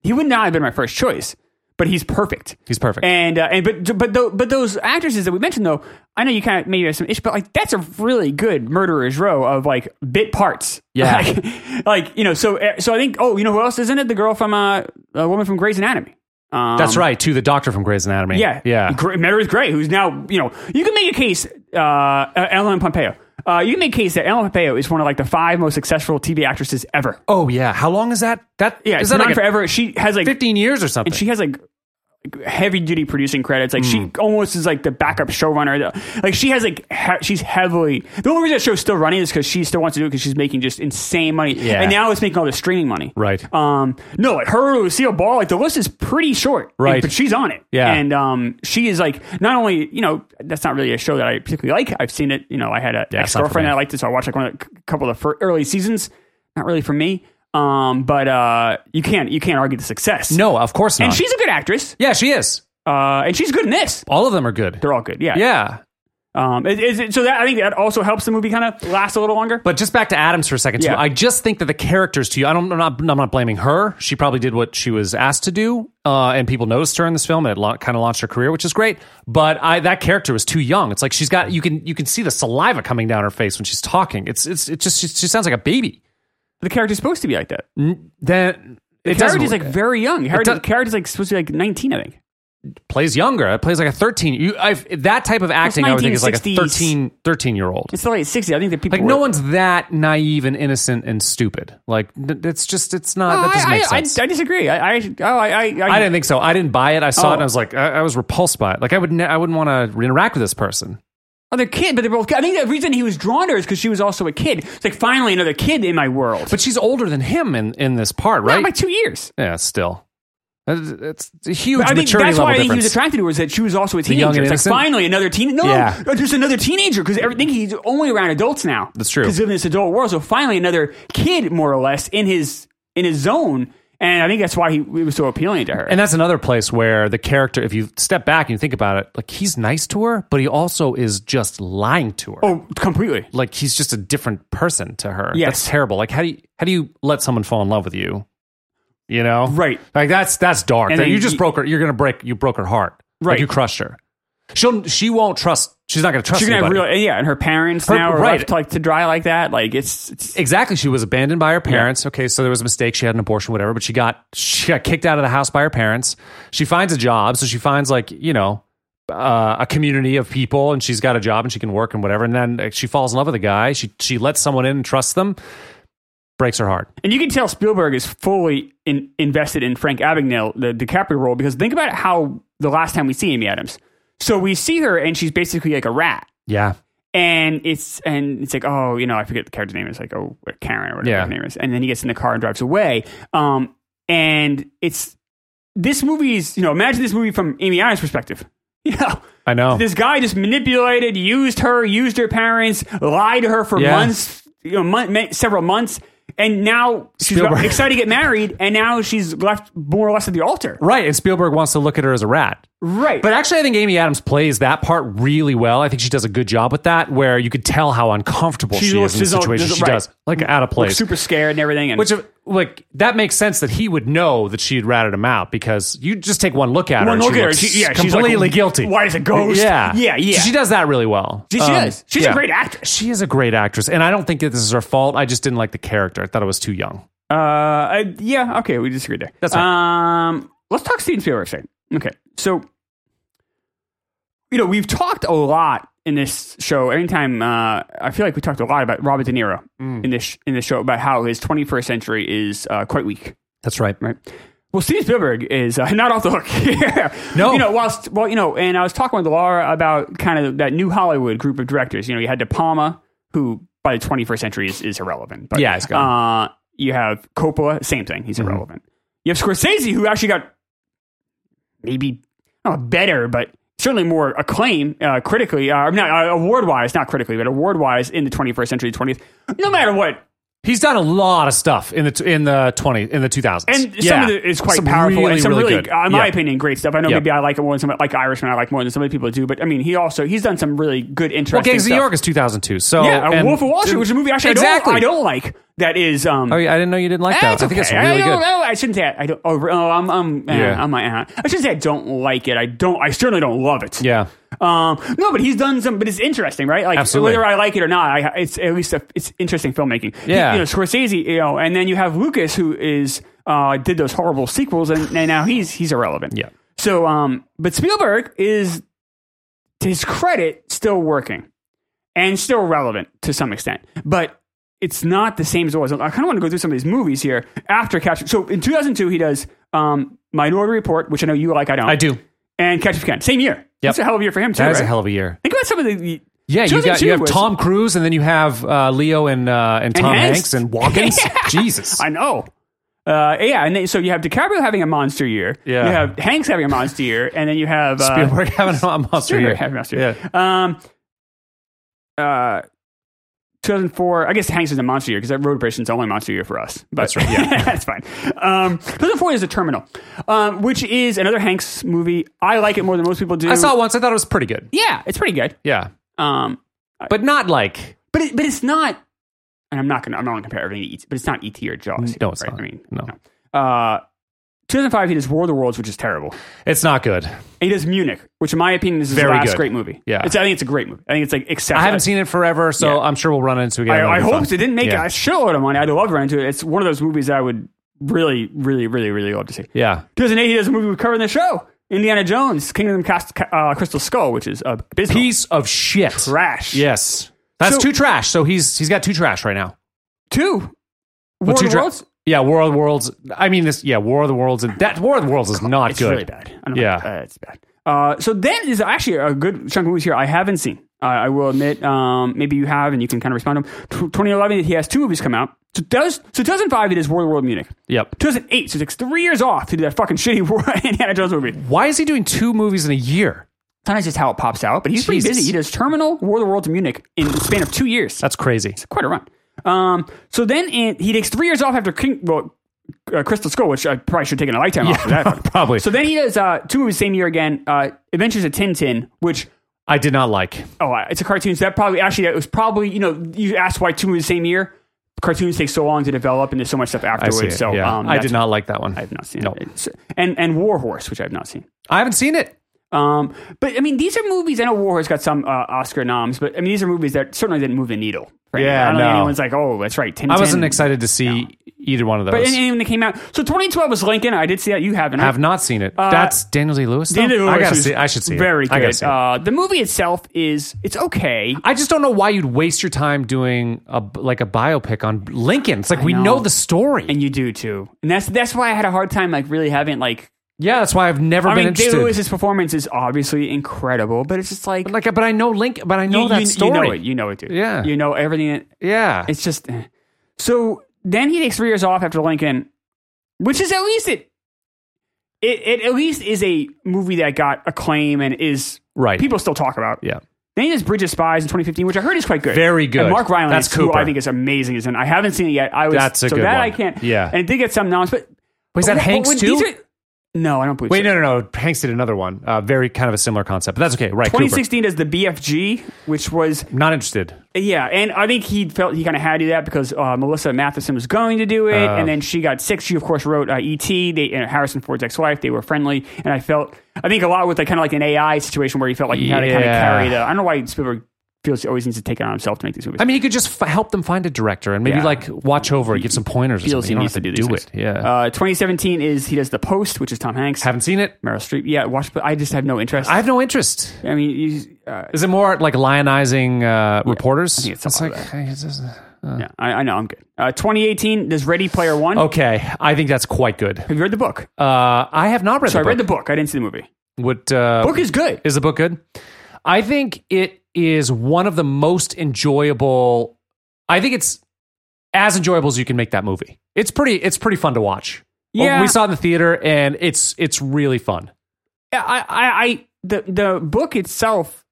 Speaker 2: He would not have been my first choice, but he's perfect.
Speaker 1: he's perfect.
Speaker 2: And uh, and but but though but those actresses that we mentioned though, I know you kind of maybe have some issue, but like that's a really good murderer's row of like bit parts.
Speaker 1: Yeah.
Speaker 2: like, like, you know. So so I think oh you know who else is in it? The girl from uh, a woman from Grey's Anatomy. Um,
Speaker 1: that's right. To the doctor from Grey's Anatomy.
Speaker 2: Yeah,
Speaker 1: yeah.
Speaker 2: Gre- Meredith Grey, who's now you know you can make a case uh, uh, Ellen Pompeo. Uh, you can make a case that Ellen Pompeo is one of like the five most successful TV actresses ever.
Speaker 1: Oh yeah. How long is that? That
Speaker 2: Yeah,
Speaker 1: Is
Speaker 2: it's
Speaker 1: that
Speaker 2: been
Speaker 1: like
Speaker 2: on
Speaker 1: a-
Speaker 2: forever. She has like
Speaker 1: 15 years or something.
Speaker 2: and she has like heavy duty producing credits. Like she
Speaker 1: Hmm.
Speaker 2: almost is like the backup showrunner. The- Like she has like he- she's heavily. The only reason that show's still running is because she still wants to do it because she's making just insane money.
Speaker 1: Yeah.
Speaker 2: And now it's making all the streaming money.
Speaker 1: Right.
Speaker 2: Um. No, like her Lucille Ball. Like the list is pretty short.
Speaker 1: Right.
Speaker 2: Like, but she's on it.
Speaker 1: Yeah.
Speaker 2: And um, she is like not only you know that's not really a show that I particularly like. I've seen it. You know, I had a
Speaker 1: it's not for
Speaker 2: ex girlfriend
Speaker 1: me.
Speaker 2: that liked it, so I watched like one of the, a couple of the fir- early seasons. Not really for me. Um, but uh, you can't you can't argue the success.
Speaker 1: no, of course not.
Speaker 2: And she's a good actress.
Speaker 1: yeah, she is.
Speaker 2: Uh, and she's good in this.
Speaker 1: All of them are good.
Speaker 2: They're all good. Yeah.
Speaker 1: Yeah.
Speaker 2: Um, is, is it, so that I think that also helps the movie kind of last a little longer.
Speaker 1: But just back to Adams for a second, too.
Speaker 2: Yeah.
Speaker 1: I just think that the characters to you, I don't, I'm not, I'm not blaming her. She probably did what she was asked to do, uh, and people noticed her in this film. And it kind of launched her career, which is great. But I, that character was too young. It's like she's got you can you can see the saliva coming down her face when she's talking. It's it's it just she, she sounds like a baby.
Speaker 2: the character's supposed to be like that.
Speaker 1: Then
Speaker 2: The
Speaker 1: it
Speaker 2: character's
Speaker 1: doesn't
Speaker 2: like very young. Harry,
Speaker 1: does-
Speaker 2: the character's like supposed to be like nineteen, I think.
Speaker 1: plays younger. It plays like a 13. You I've, that type of acting I would think is like a
Speaker 2: 1960s.
Speaker 1: 13 13 year old.
Speaker 2: It's the late sixties. I think that people
Speaker 1: Like no
Speaker 2: were-
Speaker 1: one's that naive and innocent and stupid. Like th- it's just it's not
Speaker 2: Oh,
Speaker 1: that doesn't
Speaker 2: I,
Speaker 1: make
Speaker 2: I,
Speaker 1: sense.
Speaker 2: I, I disagree. I, I, oh, I, I, I,
Speaker 1: I didn't think so. I didn't buy it. I saw it
Speaker 2: Oh.
Speaker 1: and I was like, I, I was repulsed by it. Like I would, ne- I wouldn't want to interact with this person.
Speaker 2: Oh, they're kid, but they're both. I think the reason he was drawn to her is because she was also a kid. It's like finally another kid in my world.
Speaker 1: But she's older than him in in this part,
Speaker 2: Not
Speaker 1: right?
Speaker 2: by two years.
Speaker 1: yeah, still, it's, it's a huge
Speaker 2: I think
Speaker 1: maturity
Speaker 2: that's
Speaker 1: level
Speaker 2: why I think he
Speaker 1: difference.
Speaker 2: was attracted to her is that she was also a
Speaker 1: young
Speaker 2: teenager.
Speaker 1: and
Speaker 2: It's like
Speaker 1: innocent?
Speaker 2: finally another teen. No,
Speaker 1: Yeah.
Speaker 2: no, just another teenager because everything he's only around adults now.
Speaker 1: That's true.
Speaker 2: Because in this adult world, so finally another kid, more or less, in his in his zone, and I think that's why he, he was so appealing to her.
Speaker 1: and that's another place where the character, if you step back and you think about it, like he's nice to her, but he also is just lying to her.
Speaker 2: oh, completely.
Speaker 1: Like he's just a different person to her.
Speaker 2: Yes.
Speaker 1: That's terrible. Like how do you how do you let someone fall in love with you? You know?
Speaker 2: Right.
Speaker 1: Like that's that's dark.
Speaker 2: And
Speaker 1: That
Speaker 2: then
Speaker 1: you just
Speaker 2: you-
Speaker 1: broke her you're gonna break you broke her heart. Like,
Speaker 2: Right.
Speaker 1: you crushed her. She'll she won't trust she's not gonna trust
Speaker 2: She's gonna have
Speaker 1: anybody.
Speaker 2: real, and yeah, and her parents
Speaker 1: Her-
Speaker 2: now are
Speaker 1: right.
Speaker 2: left to, like to dry like that. Like it's, it's
Speaker 1: Exactly. She was abandoned by her parents. Okay, so there was a mistake. She had an abortion, whatever, but she got she got kicked out of the house by her parents. She finds a job, so she finds like, you know, uh, a community of people and she's got a job and she can work and whatever. And then uh, she falls in love with a guy. She she lets someone in and trusts them. Breaks her heart.
Speaker 2: And you can tell Spielberg is fully in, invested in Frank Abagnale, the DiCaprio role, because think about how the last time we see Amy Adams. So we see her, and she's basically like a rat.
Speaker 1: Yeah.
Speaker 2: And it's and it's like oh you know I forget the character's name is like oh Karen or whatever
Speaker 1: Yeah.
Speaker 2: her name is and then he gets in the car and drives away um and it's this movie is you know imagine this movie from Amy Adams perspective you know
Speaker 1: I know.
Speaker 2: this guy just manipulated, used her, used her parents, lied to her for
Speaker 1: Yeah.
Speaker 2: months, you know, mon- ma- several months, and now she's
Speaker 1: Spielberg.
Speaker 2: excited to get married, and now she's left more or less at the altar.
Speaker 1: Right, and Spielberg wants to look at her as a rat.
Speaker 2: Right.
Speaker 1: But actually, I think Amy Adams plays that part really well. I think she does a good job with that, where you could tell how uncomfortable
Speaker 2: She
Speaker 1: she,
Speaker 2: looks-
Speaker 1: is in the
Speaker 2: she's all-
Speaker 1: situation.
Speaker 2: just-
Speaker 1: She
Speaker 2: right.
Speaker 1: does, like out of place.
Speaker 2: super scared and everything. And
Speaker 1: Which, like, that makes sense that he would know that she had ratted him out because you just take one look at her.
Speaker 2: one
Speaker 1: and
Speaker 2: look
Speaker 1: she
Speaker 2: at her,
Speaker 1: looks
Speaker 2: she, yeah, she's like,
Speaker 1: completely guilty.
Speaker 2: Why is a ghost?
Speaker 1: Yeah,
Speaker 2: yeah, yeah.
Speaker 1: She does that really well. Um,
Speaker 2: She- she does. She's a great actress.
Speaker 1: She is a great actress, and I don't think that this is her fault. I just didn't like the character. I thought it was too young.
Speaker 2: Uh, I, yeah. Okay, we disagreed there.
Speaker 1: That's
Speaker 2: um. Let's talk Steven Spielberg. Second. Okay, so you know, we've talked a lot in this show. Anytime uh, I feel like we talked a lot about Robert De Niro in this in this show about how his 21st century is uh, quite weak.
Speaker 1: That's right.
Speaker 2: Right. Well, Steve Spielberg is uh, not off the hook. yeah.
Speaker 1: No.
Speaker 2: You know, whilst, well, you know, and I was talking with Laura about kind of that new Hollywood group of directors. You know, you had De Palma, who by the 21st century is, is irrelevant. But,
Speaker 1: Yeah, it's Mm-hmm.
Speaker 2: uh, You have Coppola, same thing. He's irrelevant. You have Scorsese, who actually got maybe not better, but certainly more acclaim uh, critically, uh, not uh, award wise, not critically, but award wise in the 21st century, 20th. No matter what,
Speaker 1: He's done a lot of stuff in the t- in the twenty in the two thousands,
Speaker 2: and some of it is quite powerful and some really, uh, in my opinion, great stuff. I know
Speaker 1: Yeah.
Speaker 2: maybe I like it more than some like Irishman. I like more than some other people do, but I mean, he also he's done some really good, interesting
Speaker 1: Well, Gangs of
Speaker 2: stuff.
Speaker 1: New York is two thousand two. So
Speaker 2: yeah,
Speaker 1: and-
Speaker 2: Wolf of Wall Street, which is a movie actually
Speaker 1: exactly.
Speaker 2: I, don't, I don't like. That is, um,
Speaker 1: Oh, yeah, I didn't know you didn't like
Speaker 2: eh,
Speaker 1: that. I think it's
Speaker 2: okay.
Speaker 1: really
Speaker 2: I don't
Speaker 1: good.
Speaker 2: know. I shouldn't say I don't. Oh, oh I'm, I'm, eh,
Speaker 1: Yeah.
Speaker 2: I'm, uh, I shouldn't say I don't like it. I don't. I certainly don't love it.
Speaker 1: Yeah,
Speaker 2: Um, no, but he's done some. But it's interesting, right? Like
Speaker 1: Absolutely.
Speaker 2: whether I like it or not, I, it's at least a, it's interesting filmmaking. He-
Speaker 1: Yeah.
Speaker 2: you know Scorsese, you know, and then you have Lucas, who is uh, did those horrible sequels, and, and now he's he's irrelevant.
Speaker 1: Yeah.
Speaker 2: So, um, but Spielberg is, to his credit, still working and still relevant to some extent, but. It's not the same as it was. I kind of want to go through some of these movies here after Capture. So in 2002, he does um, Minority Report, which I know you like. I don't.
Speaker 1: I do.
Speaker 2: And Catch If You Can. Same year. That's a hell of a year for him too.
Speaker 1: That is
Speaker 2: right?
Speaker 1: a hell of a year.
Speaker 2: Think about some of the.
Speaker 1: Yeah, you got
Speaker 2: 2002
Speaker 1: you have
Speaker 2: was-
Speaker 1: Tom Cruise, and then you have uh, Leo and uh, and Tom
Speaker 2: Hanks.
Speaker 1: Hanks and Watkins. Jesus,
Speaker 2: I know. Uh, yeah, and then, so you have DiCaprio having a monster year.
Speaker 1: Yeah.
Speaker 2: You have Hanks having a monster year, and then you have uh,
Speaker 1: Spielberg having a monster
Speaker 2: Spielberg
Speaker 1: year.
Speaker 2: having a monster
Speaker 1: Yeah.
Speaker 2: year. Um, uh, 2004. I guess Hanks is a monster year because that road operation's the only monster year for us. But,
Speaker 1: That's right, yeah.
Speaker 2: that's fine. Um, 2004 is a terminal, um, which is another Hanks movie. I like it more than most people do.
Speaker 1: I saw it once. I thought it was pretty good.
Speaker 2: Yeah, it's pretty good.
Speaker 1: Yeah,
Speaker 2: Um,
Speaker 1: but not like
Speaker 2: But it, but it's not. And I'm not gonna. I'm not gonna compare everything to ET, but it's not ET or Jaws.
Speaker 1: No, it's not.
Speaker 2: I mean,
Speaker 1: No.
Speaker 2: Uh, 2005, he does War of the Worlds, which is terrible.
Speaker 1: it's not good.
Speaker 2: And he does Munich, which, in my opinion, is his
Speaker 1: Very
Speaker 2: last
Speaker 1: good.
Speaker 2: great movie.
Speaker 1: Yeah.
Speaker 2: it's, I think it's a great movie. I think it's like exceptional.
Speaker 1: I haven't seen it forever, so
Speaker 2: Yeah.
Speaker 1: I'm sure we'll run into it again.
Speaker 2: I,
Speaker 1: It'll
Speaker 2: I
Speaker 1: be
Speaker 2: hope
Speaker 1: fun.
Speaker 2: it didn't make
Speaker 1: Yeah.
Speaker 2: a shitload of money. I'd love to run into it. It's one of those movies I would really, really, really, really love to see.
Speaker 1: Yeah,
Speaker 2: 2008, he does a movie we covered in the show, Indiana Jones, Kingdom Cast, uh, Crystal Skull, which is a
Speaker 1: piece of shit.
Speaker 2: trash.
Speaker 1: Yes, that's
Speaker 2: So-
Speaker 1: two trash. So he's he's got two trash right now.
Speaker 2: two. War
Speaker 1: But
Speaker 2: of
Speaker 1: two
Speaker 2: the
Speaker 1: tra-
Speaker 2: Worlds.
Speaker 1: Yeah, War of the Worlds. I mean, this. Yeah, War of the Worlds. And that War of the Worlds is not
Speaker 2: It's
Speaker 1: good.
Speaker 2: really bad. I don't
Speaker 1: Yeah.
Speaker 2: Like, uh, it's bad. Uh, so then is actually a good chunk of movies here I haven't seen. Uh, I will admit, um, maybe you have, and you can kind of respond to them. Tw 2011, he has two movies come out. So does so 2005, it is War of the World Munich.
Speaker 1: Yep.
Speaker 2: 2008, so it takes three years off to do that fucking shitty War Indiana Jones movie.
Speaker 1: Why is he doing two movies in a year?
Speaker 2: Sometimes just how it pops out, but he's pretty
Speaker 1: Jesus.
Speaker 2: busy. He does Terminal, War of the World to Munich in the span of two years.
Speaker 1: That's crazy.
Speaker 2: quite a run. Um, so then in, he takes three years off after King, well, uh, Crystal Skull, which I probably should take in a lifetime off for that.
Speaker 1: Probably.
Speaker 2: So then he does uh, two movies same year again. Uh, Adventures of Tintin, which
Speaker 1: I did not like.
Speaker 2: oh, uh, it's a cartoon. So that probably actually that was probably you know you asked why two movies same year. Cartoons take so long to develop, and there's so much stuff
Speaker 1: I see
Speaker 2: afterwards.
Speaker 1: it.
Speaker 2: So
Speaker 1: yeah.
Speaker 2: um,
Speaker 1: I
Speaker 2: that's-
Speaker 1: did not like that one.
Speaker 2: I've not seen
Speaker 1: No.
Speaker 2: it. It's- And and War Horse, which I've not seen.
Speaker 1: I haven't seen it.
Speaker 2: Um, but I mean, these are movies. I know War Horse got some uh, Oscar noms, but I mean, these are movies that certainly didn't move the needle. Right?
Speaker 1: Yeah,
Speaker 2: I don't think
Speaker 1: no.
Speaker 2: anyone's like, oh, that's right. Tintin.
Speaker 1: I wasn't excited to see either one of those.
Speaker 2: But anything that came out. So 2012 was Lincoln. I did see that. You haven't.
Speaker 1: I have not seen it. That's Daniel Day Lewis. though?
Speaker 2: Uh, Daniel
Speaker 1: I
Speaker 2: Day-Lewis
Speaker 1: gotta
Speaker 2: is
Speaker 1: see. I should see. it.
Speaker 2: Very
Speaker 1: I gotta
Speaker 2: good.
Speaker 1: see it.
Speaker 2: uh, the movie itself is it's okay.
Speaker 1: I just don't know why you'd waste your time doing a like a biopic on Lincoln. It's like we
Speaker 2: know.
Speaker 1: know. the story.
Speaker 2: And you do too. And that's that's why I had a hard time like really having like
Speaker 1: yeah, that's why I've never
Speaker 2: I
Speaker 1: been
Speaker 2: mean Day
Speaker 1: interested.
Speaker 2: Lewis's performance is obviously incredible, but it's just like,
Speaker 1: like, but I know Lincoln. But I know
Speaker 2: you,
Speaker 1: that
Speaker 2: you,
Speaker 1: story.
Speaker 2: you know it. You know it dude.
Speaker 1: Yeah.
Speaker 2: You know everything that-
Speaker 1: Yeah,
Speaker 2: it's just eh. so then he takes three years off after Lincoln, which is at least it it, it at least is a movie that got acclaim and is
Speaker 1: Right.
Speaker 2: people still talk about.
Speaker 1: yeah.
Speaker 2: Then he does Bridge of Spies in 2015, which I heard is quite good.
Speaker 1: Very good.
Speaker 2: And Mark Rylance,
Speaker 1: That's
Speaker 2: who
Speaker 1: Cooper.
Speaker 2: I think is amazing, is in. I haven't seen it yet. I was,
Speaker 1: That's a
Speaker 2: so
Speaker 1: good
Speaker 2: that
Speaker 1: one.
Speaker 2: I can't.
Speaker 1: Yeah.
Speaker 2: and it did get some noms, but
Speaker 1: Wait, is that
Speaker 2: but
Speaker 1: Hanks
Speaker 2: when
Speaker 1: too?
Speaker 2: these are- no, I don't believe.
Speaker 1: Wait,
Speaker 2: so.
Speaker 1: no, no, no. Hanks did another one. Uh, very kind of a similar concept, but that's okay. Right, Cooper.
Speaker 2: 2016 does the BFG, which was
Speaker 1: Not interested.
Speaker 2: yeah, and I think he felt he kind of had to do that because uh, Melissa Matheson was going to do it,
Speaker 1: Uh.
Speaker 2: and then she got sick. She of course wrote uh, ET. They and Harrison Ford's ex-wife. They were friendly, and I felt I think a lot with like kind of like an AI situation where he felt like he had to kind of
Speaker 1: Yeah.
Speaker 2: carry the. I don't know why Spielberg feels he always needs to take it on himself to make these movies.
Speaker 1: I mean, he could just f- help them find a director and maybe
Speaker 2: Yeah.
Speaker 1: like watch over and give some pointers. Or
Speaker 2: feels
Speaker 1: something.
Speaker 2: he
Speaker 1: You don't
Speaker 2: needs
Speaker 1: have
Speaker 2: to do these
Speaker 1: it. Yeah,
Speaker 2: Uh, 2017 is he does The Post, which is Tom Hanks,
Speaker 1: haven't seen it.
Speaker 2: Meryl Streep. Yeah, watch, but I just have no interest.
Speaker 1: I
Speaker 2: I,
Speaker 1: have no interest.
Speaker 2: mean, you, uh,
Speaker 1: Is it more like lionizing uh, reporters?
Speaker 2: think it's something
Speaker 1: like hey, it's just-
Speaker 2: yeah, I, I know I'm good. Uh, 2018 does Ready Player One.
Speaker 1: okay. I think that's quite good.
Speaker 2: Have you read the book?
Speaker 1: Uh, I have not read.
Speaker 2: So I
Speaker 1: the book.
Speaker 2: read the book. I didn't see the movie.
Speaker 1: What uh,
Speaker 2: Book is good.
Speaker 1: Is the book good? I think it is one of the most enjoyable. I think it's as enjoyable as you can make that movie. It's pretty. It's pretty fun to watch.
Speaker 2: Yeah.
Speaker 1: we saw it in the theater, and it's it's really fun.
Speaker 2: Yeah, I, I, I the the book itself.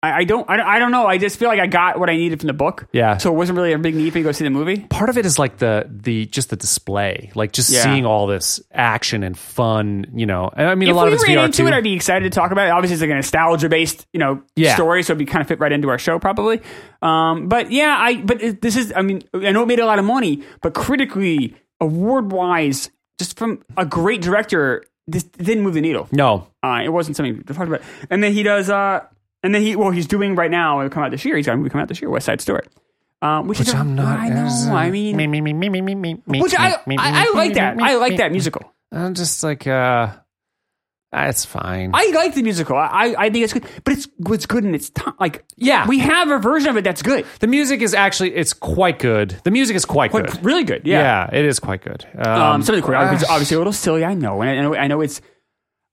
Speaker 2: I, I don't, I don't, I don't know. I just feel like I got what I needed from the book.
Speaker 1: Yeah.
Speaker 2: So it wasn't really a big need for me to go see the movie.
Speaker 1: Part of it is like the the just the display, like just
Speaker 2: Yeah.
Speaker 1: seeing all this action and fun. You know, and I mean
Speaker 2: If
Speaker 1: a lot
Speaker 2: we
Speaker 1: of it's
Speaker 2: ran
Speaker 1: VR
Speaker 2: into
Speaker 1: too.
Speaker 2: it, I'd be excited to talk about it. Obviously, it's like a nostalgia based, you know,
Speaker 1: Yeah.
Speaker 2: story, so it'd be kind of fit right into our show probably. Um, but yeah, I, but it, this is, I mean, I know it made a lot of money, but critically, award wise, just from a great director, this didn't move the needle.
Speaker 1: no,
Speaker 2: Uh, it wasn't something to talk about. And then he does, uh, and then he, well, he's doing right now, it'll come out this year. He's going to come out this year, West Side Story. Um, which,
Speaker 1: which
Speaker 2: is a-
Speaker 1: I'm not.
Speaker 2: I know.
Speaker 1: as, uh,
Speaker 2: I mean,
Speaker 1: me me me me me me me. me,
Speaker 2: which I,
Speaker 1: me, me,
Speaker 2: I, I
Speaker 1: me,
Speaker 2: like
Speaker 1: me,
Speaker 2: that.
Speaker 1: me,
Speaker 2: I like
Speaker 1: me.
Speaker 2: that musical.
Speaker 1: I'm just like uh, ah, it's fine.
Speaker 2: I like the musical. I, I, I think it's good, but it's what's good in its time. Like,
Speaker 1: Yeah.
Speaker 2: we have a version of it that's good,
Speaker 1: The music is actually it's quite good. The music is quite,
Speaker 2: Like,
Speaker 1: good.
Speaker 2: really good. Yeah.
Speaker 1: Yeah. it is quite good. Um,
Speaker 2: Um, some of the choreography is
Speaker 1: ah,
Speaker 2: obviously a little silly. I know, and I, I know, I know it's.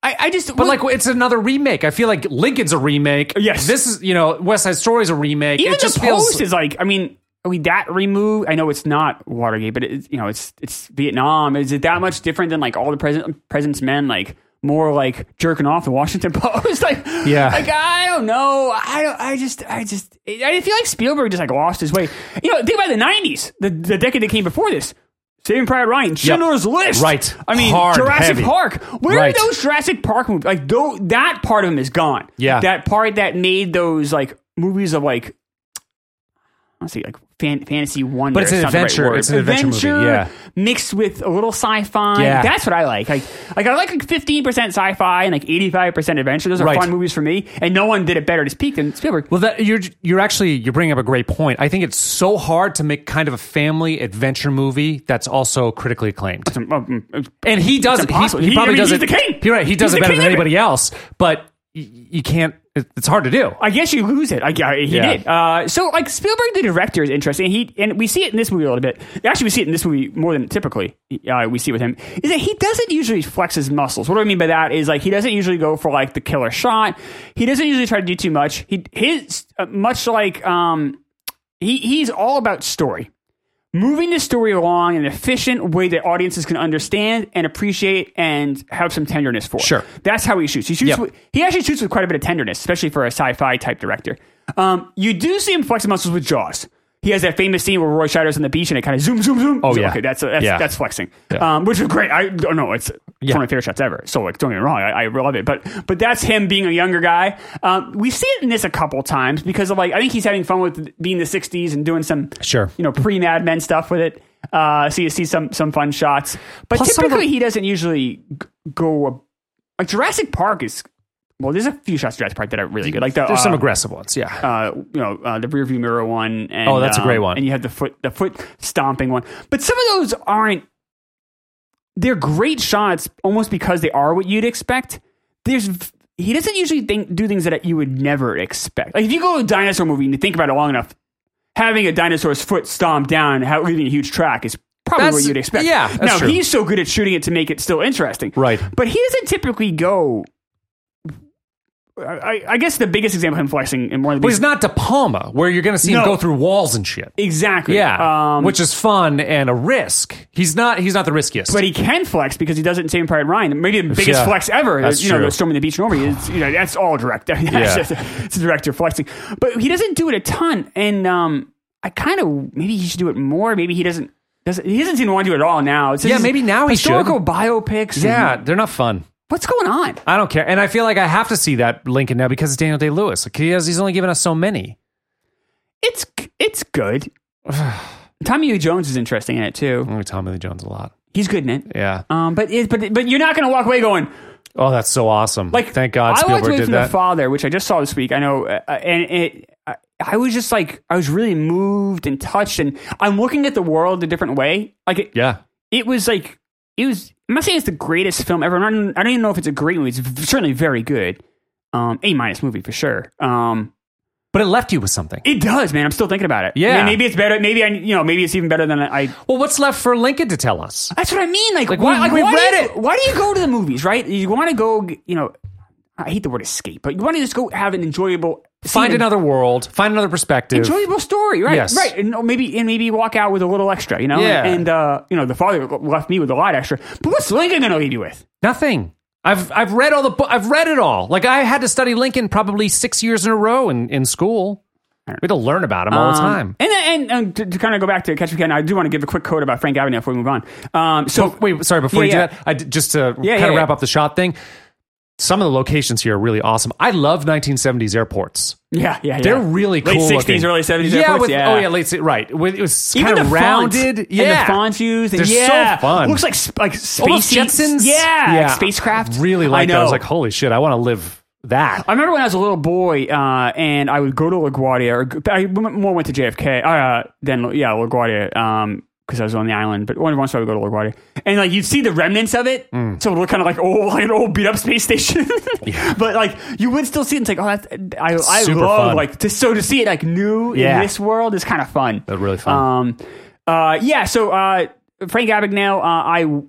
Speaker 2: I, I just,
Speaker 1: but like it's another remake. I feel like Lincoln's a remake.
Speaker 2: Yes.
Speaker 1: this is you know West Side Story's a remake.
Speaker 2: even
Speaker 1: it just
Speaker 2: the post
Speaker 1: feels
Speaker 2: is like. I mean, are we that removed? I know it's not Watergate, but it's you know, it's it's Vietnam. Is it that much different than like all the president president's men like? More like jerking off the Washington Post, like
Speaker 1: Yeah.
Speaker 2: like I don't know, I don't, I just, I just, I feel like Spielberg just like lost his way. You know, think about the '90s, the, the decade that came before this. Saving Private Ryan, Schindler's List,
Speaker 1: Right.
Speaker 2: I mean,
Speaker 1: Hard,
Speaker 2: Jurassic
Speaker 1: heavy.
Speaker 2: Park. Where
Speaker 1: Right.
Speaker 2: are those Jurassic Park movies? Like, though, that part of him is gone.
Speaker 1: Yeah.
Speaker 2: that part that made those like movies of like honestly like fan, fantasy wonder.
Speaker 1: But it's an
Speaker 2: not the right
Speaker 1: adventure.
Speaker 2: word.
Speaker 1: It's an adventure movie, yeah.
Speaker 2: mixed with a little sci-fi.
Speaker 1: Yeah.
Speaker 2: That's what I like. Like, like I like like fifteen percent sci-fi and like eighty-five percent adventure. Those are
Speaker 1: Right.
Speaker 2: fun movies for me, and no one did it better to speak than Spielberg.
Speaker 1: Well, that you're you're actually you're bringing up a great point. I think it's so hard to make kind of a family adventure movie that's also critically acclaimed.
Speaker 2: Um, um, um,
Speaker 1: And he does it. He's,
Speaker 2: impossible.
Speaker 1: he
Speaker 2: He-
Speaker 1: probably
Speaker 2: I mean,
Speaker 1: does
Speaker 2: he's
Speaker 1: it.
Speaker 2: the king.
Speaker 1: You're right. He does
Speaker 2: He's
Speaker 1: it
Speaker 2: the
Speaker 1: better
Speaker 2: king
Speaker 1: than
Speaker 2: of it.
Speaker 1: anybody else. But y- you can't. it- It's hard to do.
Speaker 2: I guess you lose it. I, I, he
Speaker 1: Yeah.
Speaker 2: did. Uh, so, like Spielberg, the director is interesting. He and we see it in this movie a little bit. Actually, we see it in this movie more than typically uh, we see with him. Is that he doesn't usually flex his muscles? What do I mean by that? Is like he doesn't usually go for like the killer shot. He doesn't usually try to do too much. He his uh, much like um he he's all about story moving the story along in an efficient way that audiences can understand and appreciate and have some tenderness for.
Speaker 1: Sure.
Speaker 2: That's how he shoots. He shoots.
Speaker 1: Yep.
Speaker 2: With, he actually shoots with quite a bit of tenderness, especially for a sci-fi type director. Um, you do see him flex his muscles with Jaws. He has that famous scene where Roy Scheider's on the beach and it kind of zoom, zoom, zoom. Oh
Speaker 1: yeah.
Speaker 2: okay, that's that's
Speaker 1: Yeah.
Speaker 2: that's flexing,
Speaker 1: Yeah.
Speaker 2: um, which is great. I don't know, it's
Speaker 1: Yeah.
Speaker 2: one of my favorite shots ever. So like, don't get me wrong, I, I love it. But but that's him being a younger guy. Um, we see it in this a couple times because of like I think he's having fun with being the '60s and doing some
Speaker 1: Sure.
Speaker 2: you know pre Mad Men stuff with it. Uh, so you see some some fun shots, but
Speaker 1: Plus some of
Speaker 2: typically
Speaker 1: the-
Speaker 2: he doesn't usually g- go. A, like Uh, Jurassic Park is well, there's a few shots of Jurassic Park that are really good. Like the,
Speaker 1: There's
Speaker 2: uh,
Speaker 1: some aggressive ones. Yeah.
Speaker 2: uh, you know, uh, the rearview mirror one. And, um,
Speaker 1: Oh, that's a great one.
Speaker 2: And you have the foot, the foot stomping one. But some of those aren't. They're great shots, almost because they are what you'd expect. There's he doesn't usually think do things that you would never expect. Like if you go to a dinosaur movie and you think about it long enough, having a dinosaur's foot stomped down, and how, leaving a huge track is. Probably
Speaker 1: That's-
Speaker 2: what you'd expect.
Speaker 1: yeah, that's
Speaker 2: Now
Speaker 1: true.
Speaker 2: he's so good at shooting it to make it still interesting.
Speaker 1: Right.
Speaker 2: But he doesn't typically go. I- I, I guess the biggest example of him flexing in one of the
Speaker 1: But he's not De Palma, where you're going to see him
Speaker 2: No.
Speaker 1: go through walls and shit.
Speaker 2: Exactly.
Speaker 1: Yeah,
Speaker 2: Um,
Speaker 1: which is fun and a risk. He's not. He's not the riskiest.
Speaker 2: but he can flex because he does it in Saving Private Ryan. Maybe the biggest
Speaker 1: Yeah.
Speaker 2: flex ever.
Speaker 1: That's
Speaker 2: you know,
Speaker 1: true.
Speaker 2: the storming the beach normally is you know that's all direct. That's
Speaker 1: Yeah.
Speaker 2: just- it's a director flexing, but he doesn't do it a ton. And um, I kind of maybe he should do it more. Maybe he doesn't. Doesn't he doesn't seem to want to do it at all now? It's
Speaker 1: Yeah,
Speaker 2: just
Speaker 1: maybe now he should.
Speaker 2: historical biopics. and-
Speaker 1: yeah, they're not fun.
Speaker 2: what's going on?
Speaker 1: I don't care, and I feel like I have to see that Lincoln now because it's Daniel Day Lewis. Like he has, he's only given us so many.
Speaker 2: It's it's good. Tommy Lee Jones is interesting in it too.
Speaker 1: I'm gonna Tommy Lee Jones a lot.
Speaker 2: He's good in it.
Speaker 1: Yeah.
Speaker 2: Um, but it, but but you're not going to walk away going.
Speaker 1: Oh, that's so awesome.
Speaker 2: Like,
Speaker 1: thank God
Speaker 2: I walked
Speaker 1: Spielberg
Speaker 2: away
Speaker 1: did
Speaker 2: from
Speaker 1: that.
Speaker 2: The Father, which I just saw this week. I know, uh, and it, uh, I was just like, I was really moved and touched, and I'm looking at the world a different way. Like, it,
Speaker 1: Yeah.
Speaker 2: it was like, it was. I'm not saying it's the greatest film ever. I don't, I don't even know if it's a great movie. It's v- certainly very good. Um, a minus movie for sure. Um,
Speaker 1: But it left you with something.
Speaker 2: it does, man. I'm still thinking about it.
Speaker 1: Yeah.
Speaker 2: May- maybe it's better. Maybe I, you know, maybe it's even better than I.
Speaker 1: Well, what's left for Lincoln to tell us?
Speaker 2: That's what I mean. Like, why,
Speaker 1: we-
Speaker 2: like,
Speaker 1: we
Speaker 2: why
Speaker 1: read
Speaker 2: do you,
Speaker 1: it.
Speaker 2: Why do you go to the movies, right? You want to go, you know, I hate the word escape, but you want to just go have an enjoyable, see
Speaker 1: Find
Speaker 2: an
Speaker 1: another world. Find another perspective.
Speaker 2: enjoyable story, right?
Speaker 1: Yes.
Speaker 2: Right. And maybe and maybe walk out with a little extra, you know.
Speaker 1: Yeah.
Speaker 2: And uh, you know, the father left me with a lot extra. But what's Lincoln going to leave you with?
Speaker 1: Nothing. I've I've read all the book. I've read it all. Like I had to study Lincoln probably six years in a row in, in school. We had to learn about him all the
Speaker 2: Um,
Speaker 1: time.
Speaker 2: And and, and to, to kind of go back to Catch Me Can, I do want to give a quick quote about Frank Avenue before we move on. Um, so
Speaker 1: Wait, sorry. Before
Speaker 2: Yeah,
Speaker 1: you do
Speaker 2: yeah.
Speaker 1: that, I d- just to
Speaker 2: Yeah,
Speaker 1: kind
Speaker 2: yeah,
Speaker 1: of
Speaker 2: yeah.
Speaker 1: wrap up the shot thing. Some of the locations here are really awesome. I love 1970s airports.
Speaker 2: yeah, yeah, yeah.
Speaker 1: They're really cool.
Speaker 2: late sixties,
Speaker 1: looking.
Speaker 2: early seventies.
Speaker 1: Yeah,
Speaker 2: airports,
Speaker 1: with-
Speaker 2: yeah.
Speaker 1: Oh yeah, late. si- Right. With, it was
Speaker 2: Even
Speaker 1: kind
Speaker 2: the
Speaker 1: of rounded.
Speaker 2: font,
Speaker 1: yeah.
Speaker 2: and the fonts used. And
Speaker 1: They're so
Speaker 2: yeah,
Speaker 1: fun.
Speaker 2: Looks like sp- like
Speaker 1: Almost
Speaker 2: space
Speaker 1: Jetsons.
Speaker 2: Yeah, like spacecraft.
Speaker 1: I really
Speaker 2: I
Speaker 1: like that. I was
Speaker 2: know.
Speaker 1: like, holy shit, I want to live that.
Speaker 2: I remember when I was a little boy, uh, and I would go to LaGuardia, or go- I went- more went to JFK uh, than yeah LaGuardia, um, because I was on the island. But once I would go to LaGuardia, and like you'd see the remnants of it,
Speaker 1: Mm.
Speaker 2: so it looked kind of like oh, like an old beat up space station. But like you would still see it. It's like oh, that's, I I
Speaker 1: Super
Speaker 2: love
Speaker 1: fun.
Speaker 2: like to so to see it like new
Speaker 1: Yeah.
Speaker 2: in this world is kind of fun.
Speaker 1: They're really fun.
Speaker 2: Um, uh, yeah. So uh, Frank Abagnale, uh, I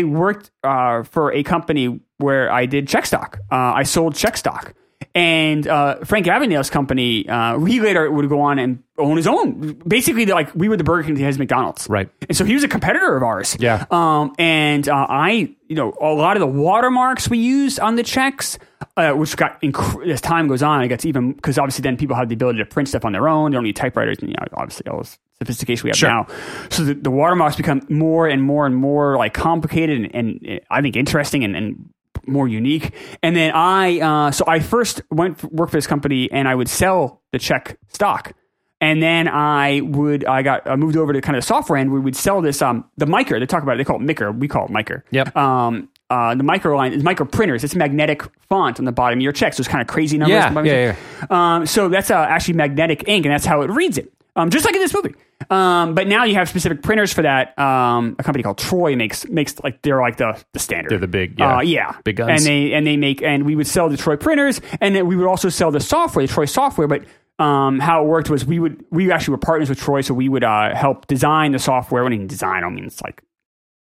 Speaker 2: I worked uh, for a company where I did check stock. Uh, I sold check stock, and uh, Frank Abagnale's company. Uh, he later would go on and own his own. Basically, like we were the Burger King that has McDonald's,
Speaker 1: Right.
Speaker 2: And so he was a competitor of ours.
Speaker 1: Yeah.
Speaker 2: Um, and uh, I, you know, a lot of the watermarks we used on the checks, uh, which got inc- as time goes on, it gets even because obviously then people have the ability to print stuff on their own. They don't need typewriters, and you know, obviously all this sophistication we have
Speaker 1: Sure.
Speaker 2: now. So the, the watermarks become more and more and more like complicated and, and uh, I think interesting and. and more unique, and then I uh, so I first went f- work for this company, and I would sell the check stock, and then I would I got I moved over to kind of the software end. We would sell this um the micro. They talk about it. They call it micro. We call it micro.
Speaker 1: Yep.
Speaker 2: Um. Uh, the micro line is micro printers. It's magnetic font on the bottom of your check, so it's kind of crazy numbers.
Speaker 1: Yeah, yeah,
Speaker 2: yeah. Um, so that's uh, actually magnetic ink, and that's how it reads it, um, just like in this movie. Um, but now you have specific printers for that. Um, a company called Troy makes makes like they're like the the standard.
Speaker 1: They're the big, yeah.
Speaker 2: uh, yeah,
Speaker 1: Big guns.
Speaker 2: And they and they make and we would sell the Troy printers, and then we would also sell the software, the Troy software. But um, how it worked was we would we actually were partners with Troy, so we would uh, help design the software. When I mean design, I don't mean it's like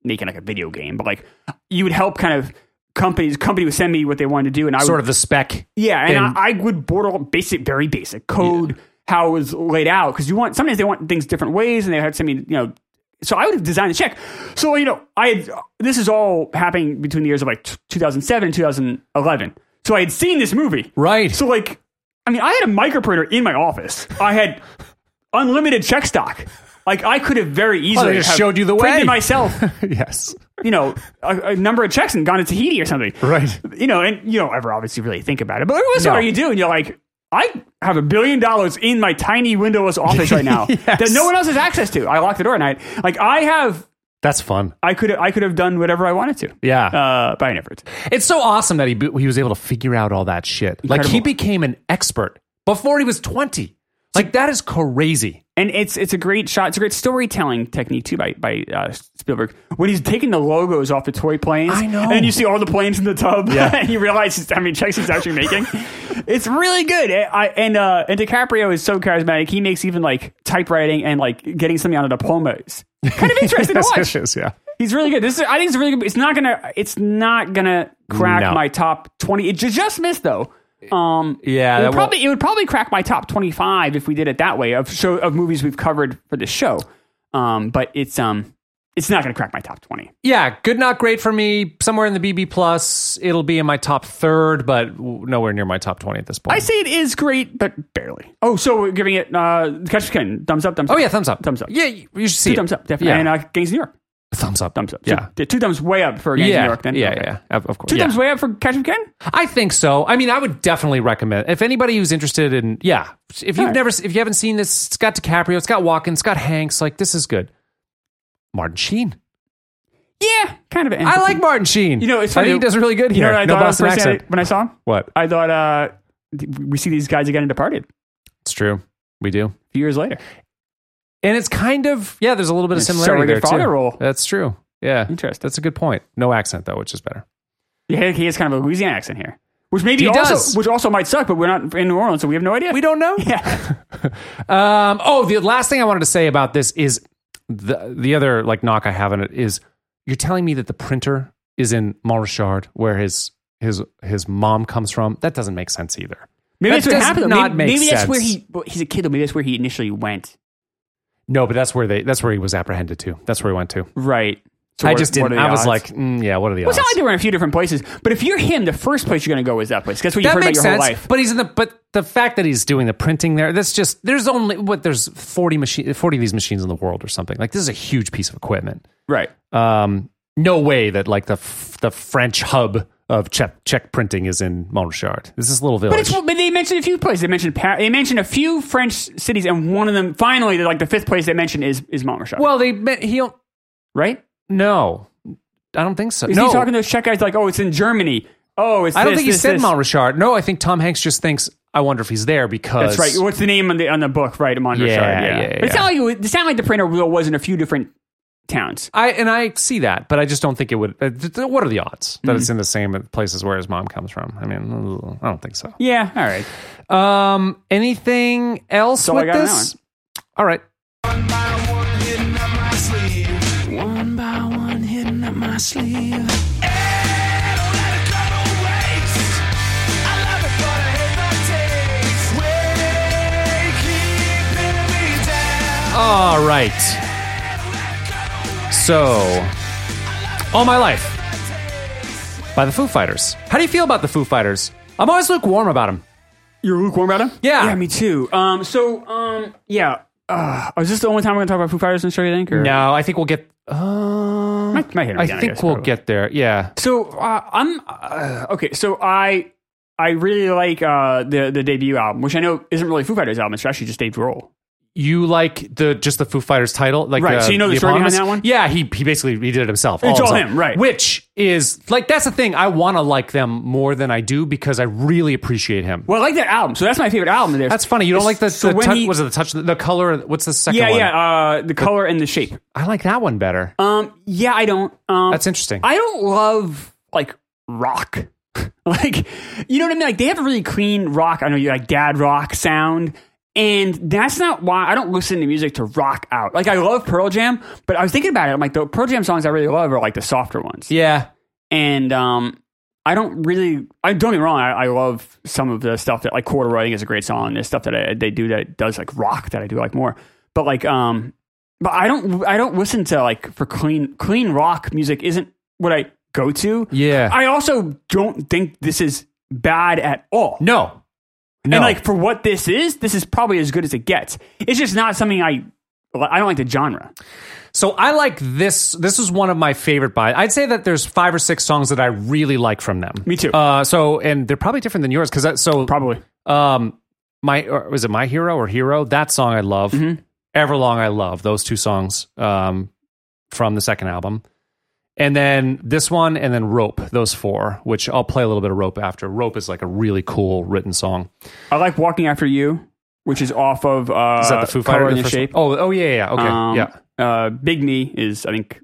Speaker 2: making like a video game, but like you would help kind of companies. Company would send me what they wanted to do, and I would
Speaker 1: sort of the spec.
Speaker 2: yeah, and,
Speaker 1: And-
Speaker 2: I, I would border basic, very basic code how it was laid out because you want sometimes they want things different ways and they had to me, you know. So I would have designed the check. So you know, I had, this is all happening between the years of like t- 2007 and 2011. So I had seen this movie,
Speaker 1: Right.
Speaker 2: So like, I mean, I had a microprinter in my office. I had unlimited check stock. Like I could have very easily
Speaker 1: Oh, just
Speaker 2: have
Speaker 1: showed you the
Speaker 2: printed
Speaker 1: way.
Speaker 2: myself
Speaker 1: yes.
Speaker 2: you know, a, a number of checks and gone to Tahiti or something.
Speaker 1: Right.
Speaker 2: You know, and you don't ever obviously really think about it. But what's
Speaker 1: No.
Speaker 2: what you do? And you're like, I have a billion dollars in my tiny windowless office right now
Speaker 1: Yes.
Speaker 2: that no one else has access to. I lock the door at night. Like I have,
Speaker 1: That's fun.
Speaker 2: I could, I could have done whatever I wanted to.
Speaker 1: Yeah.
Speaker 2: Uh, but I never did.
Speaker 1: It's so awesome that he be- he was able to figure out all that shit. Like he
Speaker 2: Incredible.
Speaker 1: became an expert before he was 20. Like that is crazy.
Speaker 2: And it's it's a great shot. It's a great storytelling technique too by by uh, Spielberg when he's taking the logos off the toy planes.
Speaker 1: I know.
Speaker 2: and then you see all the planes in the tub,
Speaker 1: Yeah.
Speaker 2: and you realize just how many checks he's actually making. it's really good. I, I- and uh, and DiCaprio is so charismatic. He makes even like typewriting and like getting something on a diploma is kind of interesting to watch.
Speaker 1: is, yeah.
Speaker 2: He's really good. This is, I think it's really good. It's not gonna it's not gonna crack
Speaker 1: No.
Speaker 2: my top twenty. It ju- just missed though. Um,
Speaker 1: Yeah, that
Speaker 2: it would
Speaker 1: won't-
Speaker 2: probably it would probably crack my top twenty five if we did it that way of show of movies we've covered for this show. Um, but it's um it's not gonna crack my top twenty.
Speaker 1: Yeah, good not great for me. Somewhere in the BB plus, it'll be in my top 3rd, but w- nowhere near my top 20 at this point.
Speaker 2: I say it is great, but barely. Oh, so we're giving it uh, catch the Kitten, thumbs up, thumbs
Speaker 1: Oh
Speaker 2: up.
Speaker 1: yeah, thumbs up.
Speaker 2: Thumbs up.
Speaker 1: Yeah, you you should see
Speaker 2: two
Speaker 1: it.
Speaker 2: thumbs up, definitely.
Speaker 1: Yeah.
Speaker 2: And uh, Gangs of New York,
Speaker 1: thumbs up.
Speaker 2: thumbs up.
Speaker 1: Yeah.
Speaker 2: two, two thumbs way up for Gangs of
Speaker 1: yeah,
Speaker 2: New York. Then
Speaker 1: yeah,
Speaker 2: Okay.
Speaker 1: yeah, of, of course.
Speaker 2: Two
Speaker 1: yeah.
Speaker 2: thumbs way up for Catch Me Kitten.
Speaker 1: I think so. I mean, I would definitely recommend if anybody who's interested in yeah. If you've
Speaker 2: Alright.
Speaker 1: never if you haven't seen this, it's got DiCaprio, it's got Watkins, it's got Hanks. Like this is good. Martin Sheen.
Speaker 2: Yeah, kind of.
Speaker 1: I like Martin Sheen.
Speaker 2: You know, it's
Speaker 1: I
Speaker 2: funny.
Speaker 1: think he does really good
Speaker 2: You know
Speaker 1: here.
Speaker 2: what I
Speaker 1: no
Speaker 2: thought
Speaker 1: Boston
Speaker 2: when I first
Speaker 1: accent.
Speaker 2: saw- when I saw him?
Speaker 1: What?
Speaker 2: I thought uh, th- we see these guys again in Departed.
Speaker 1: It's true. We do.
Speaker 2: few years later.
Speaker 1: And it's kind of yeah. There's a little bit of
Speaker 2: It's
Speaker 1: similarity there
Speaker 2: surrogate
Speaker 1: too.
Speaker 2: father role.
Speaker 1: That's true. Yeah,
Speaker 2: Interesting.
Speaker 1: That's a good point. No accent though, which is better.
Speaker 2: Yeah, he has kind of a Louisiana accent here, which maybe
Speaker 1: He
Speaker 2: also,
Speaker 1: does.
Speaker 2: which also might suck. But we're not in New Orleans, so we have no idea.
Speaker 1: We don't know.
Speaker 2: yeah,
Speaker 1: Um, oh, the last thing I wanted to say about this is the the other like knock I have on it is you're telling me that the printer is in Montrichard where his his his mom comes from. That doesn't make sense either.
Speaker 2: maybe
Speaker 1: That
Speaker 2: that's what
Speaker 1: does
Speaker 2: happened.
Speaker 1: not
Speaker 2: maybe
Speaker 1: make
Speaker 2: maybe that's
Speaker 1: sense.
Speaker 2: where he. well, He's a kid, though. Maybe that's where he initially went.
Speaker 1: No, but that's where they that's where he was apprehended to. That's where he went to.
Speaker 2: Right. So
Speaker 1: I
Speaker 2: what-
Speaker 1: just
Speaker 2: what
Speaker 1: didn't.
Speaker 2: are the
Speaker 1: I was
Speaker 2: odds?
Speaker 1: like, mm, yeah, what are the
Speaker 2: Well, it's
Speaker 1: odds?
Speaker 2: not like they were in a few different places, but if you're him, the first place you're going to go is that place. That's what
Speaker 1: that
Speaker 2: you've heard about
Speaker 1: makes
Speaker 2: your
Speaker 1: sense.
Speaker 2: whole life.
Speaker 1: But he's in the but the fact that he's doing the printing there. That's just there's only what there's 40 machine 40 of these machines in the world or something. Like this is a huge piece of equipment.
Speaker 2: Right.
Speaker 1: um, no way that like the f- the French hub of check check printing is in Montrichard. This is a little
Speaker 2: But
Speaker 1: village.
Speaker 2: it's but they mentioned a few places. They mentioned Par- they mentioned a few French cities, and one of them finally, they're like the fifth place they mentioned is is Montmartre.
Speaker 1: well, they meant he don't.
Speaker 2: right?
Speaker 1: No, I don't think so.
Speaker 2: Is
Speaker 1: no,
Speaker 2: he talking to those Czech guys like, oh, it's in Germany? Oh, it's
Speaker 1: I don't
Speaker 2: this,
Speaker 1: think he
Speaker 2: this,
Speaker 1: said
Speaker 2: this.
Speaker 1: Montrichard. No, I think Tom Hanks just thinks. I wonder if he's there because
Speaker 2: That's right. What's the name on the on the book? Right, Montmartre.
Speaker 1: Yeah, yeah,
Speaker 2: But it
Speaker 1: yeah.
Speaker 2: sounded like it, was- it sounded like the printer wheel was in a few different towns.
Speaker 1: I and I see that, but I just don't think it would. Uh, th- th- what are the odds that
Speaker 2: Mm-hmm.
Speaker 1: it's in the same places where his mom comes from? I mean, I don't think so.
Speaker 2: Yeah. All right.
Speaker 1: Um, anything else
Speaker 2: all I
Speaker 1: with
Speaker 2: got on that
Speaker 1: this? All right.
Speaker 3: One by one hidden up my sleeve. One by one hidden up my sleeve. Hey, don't let it go to waste. I love it, but I hate my taste. Way keep pinning me down.
Speaker 1: All right. So, All My Life by the Foo Fighters. How do you feel about the Foo Fighters? I'm always lukewarm about them.
Speaker 2: You're lukewarm about him?
Speaker 1: Yeah.
Speaker 2: Yeah, me too. Um, so, um, yeah. Uh, is this the only time we're going to talk about Foo Fighters in the show, you think? Or?
Speaker 1: No, I think we'll get. Uh,
Speaker 2: Might, might hit him
Speaker 1: I
Speaker 2: again,
Speaker 1: think
Speaker 2: guess,
Speaker 1: we'll
Speaker 2: probably.
Speaker 1: get there. Yeah.
Speaker 2: So, uh, I'm. Uh, okay, so I I really like uh, the, the debut album, which I know isn't really Foo Fighters' album. It's actually just Dave Grohl.
Speaker 1: You like the just the Foo Fighters title, like
Speaker 2: Right,
Speaker 1: uh,
Speaker 2: so you know the story behind
Speaker 1: eponymous?
Speaker 2: that one?
Speaker 1: Yeah, he he basically he did it himself.
Speaker 2: It's all
Speaker 1: his own.
Speaker 2: him, right.
Speaker 1: Which is like that's the thing. I want to like them more than I do because I really appreciate him.
Speaker 2: Well, I like that album. So, that's my favorite album. There.
Speaker 1: That's funny. You don't like the,
Speaker 2: so
Speaker 1: the
Speaker 2: when
Speaker 1: tou-
Speaker 2: he-
Speaker 1: was it the touch the color? What's the second
Speaker 2: Yeah,
Speaker 1: one?
Speaker 2: yeah. Uh, the color and the shape.
Speaker 1: I like that one better.
Speaker 2: Um, yeah, I don't. Um,
Speaker 1: That's interesting.
Speaker 2: I don't love like rock. like, you know what I mean? Like they have a really clean rock. I know you like dad rock sound. And that's not why I don't listen to music to rock out. Like I love Pearl Jam, but I was thinking about it. I'm like the Pearl Jam songs I really love are like the softer ones.
Speaker 1: yeah.
Speaker 2: And um I don't really I don't get me wrong, I, I love some of the stuff that like corduroy I think is a great song and there's stuff that I, they do that does like rock that I do like more. But like um but I don't I don't listen to like for clean clean rock music isn't what I go to.
Speaker 1: Yeah.
Speaker 2: I also don't think this is bad at all.
Speaker 1: no. No.
Speaker 2: And like for what this is, this is probably as good as it gets. It's just not something I I don't like the genre.
Speaker 1: so I like this. This is one of my favorite by. I'd say that there's five or six songs that I really like from them.
Speaker 2: Me too.
Speaker 1: Uh, so and they're probably different than yours because so
Speaker 2: Probably.
Speaker 1: um my or was it my hero or hero that song I love.
Speaker 2: Mm-hmm.
Speaker 1: Everlong I love those two songs um from the second album. And then this one, and then Rope, those four, which I'll play a little bit of Rope after. Rope is like a really cool written song.
Speaker 2: I like Walking After You, which is off of uh
Speaker 1: Is that the Foo
Speaker 2: Color
Speaker 1: Fighter?
Speaker 2: and
Speaker 1: the
Speaker 2: the
Speaker 1: first
Speaker 2: Shape.
Speaker 1: one? Oh, oh yeah, yeah, yeah. Okay,
Speaker 2: Um,
Speaker 1: yeah.
Speaker 2: Uh, Big Knee is I think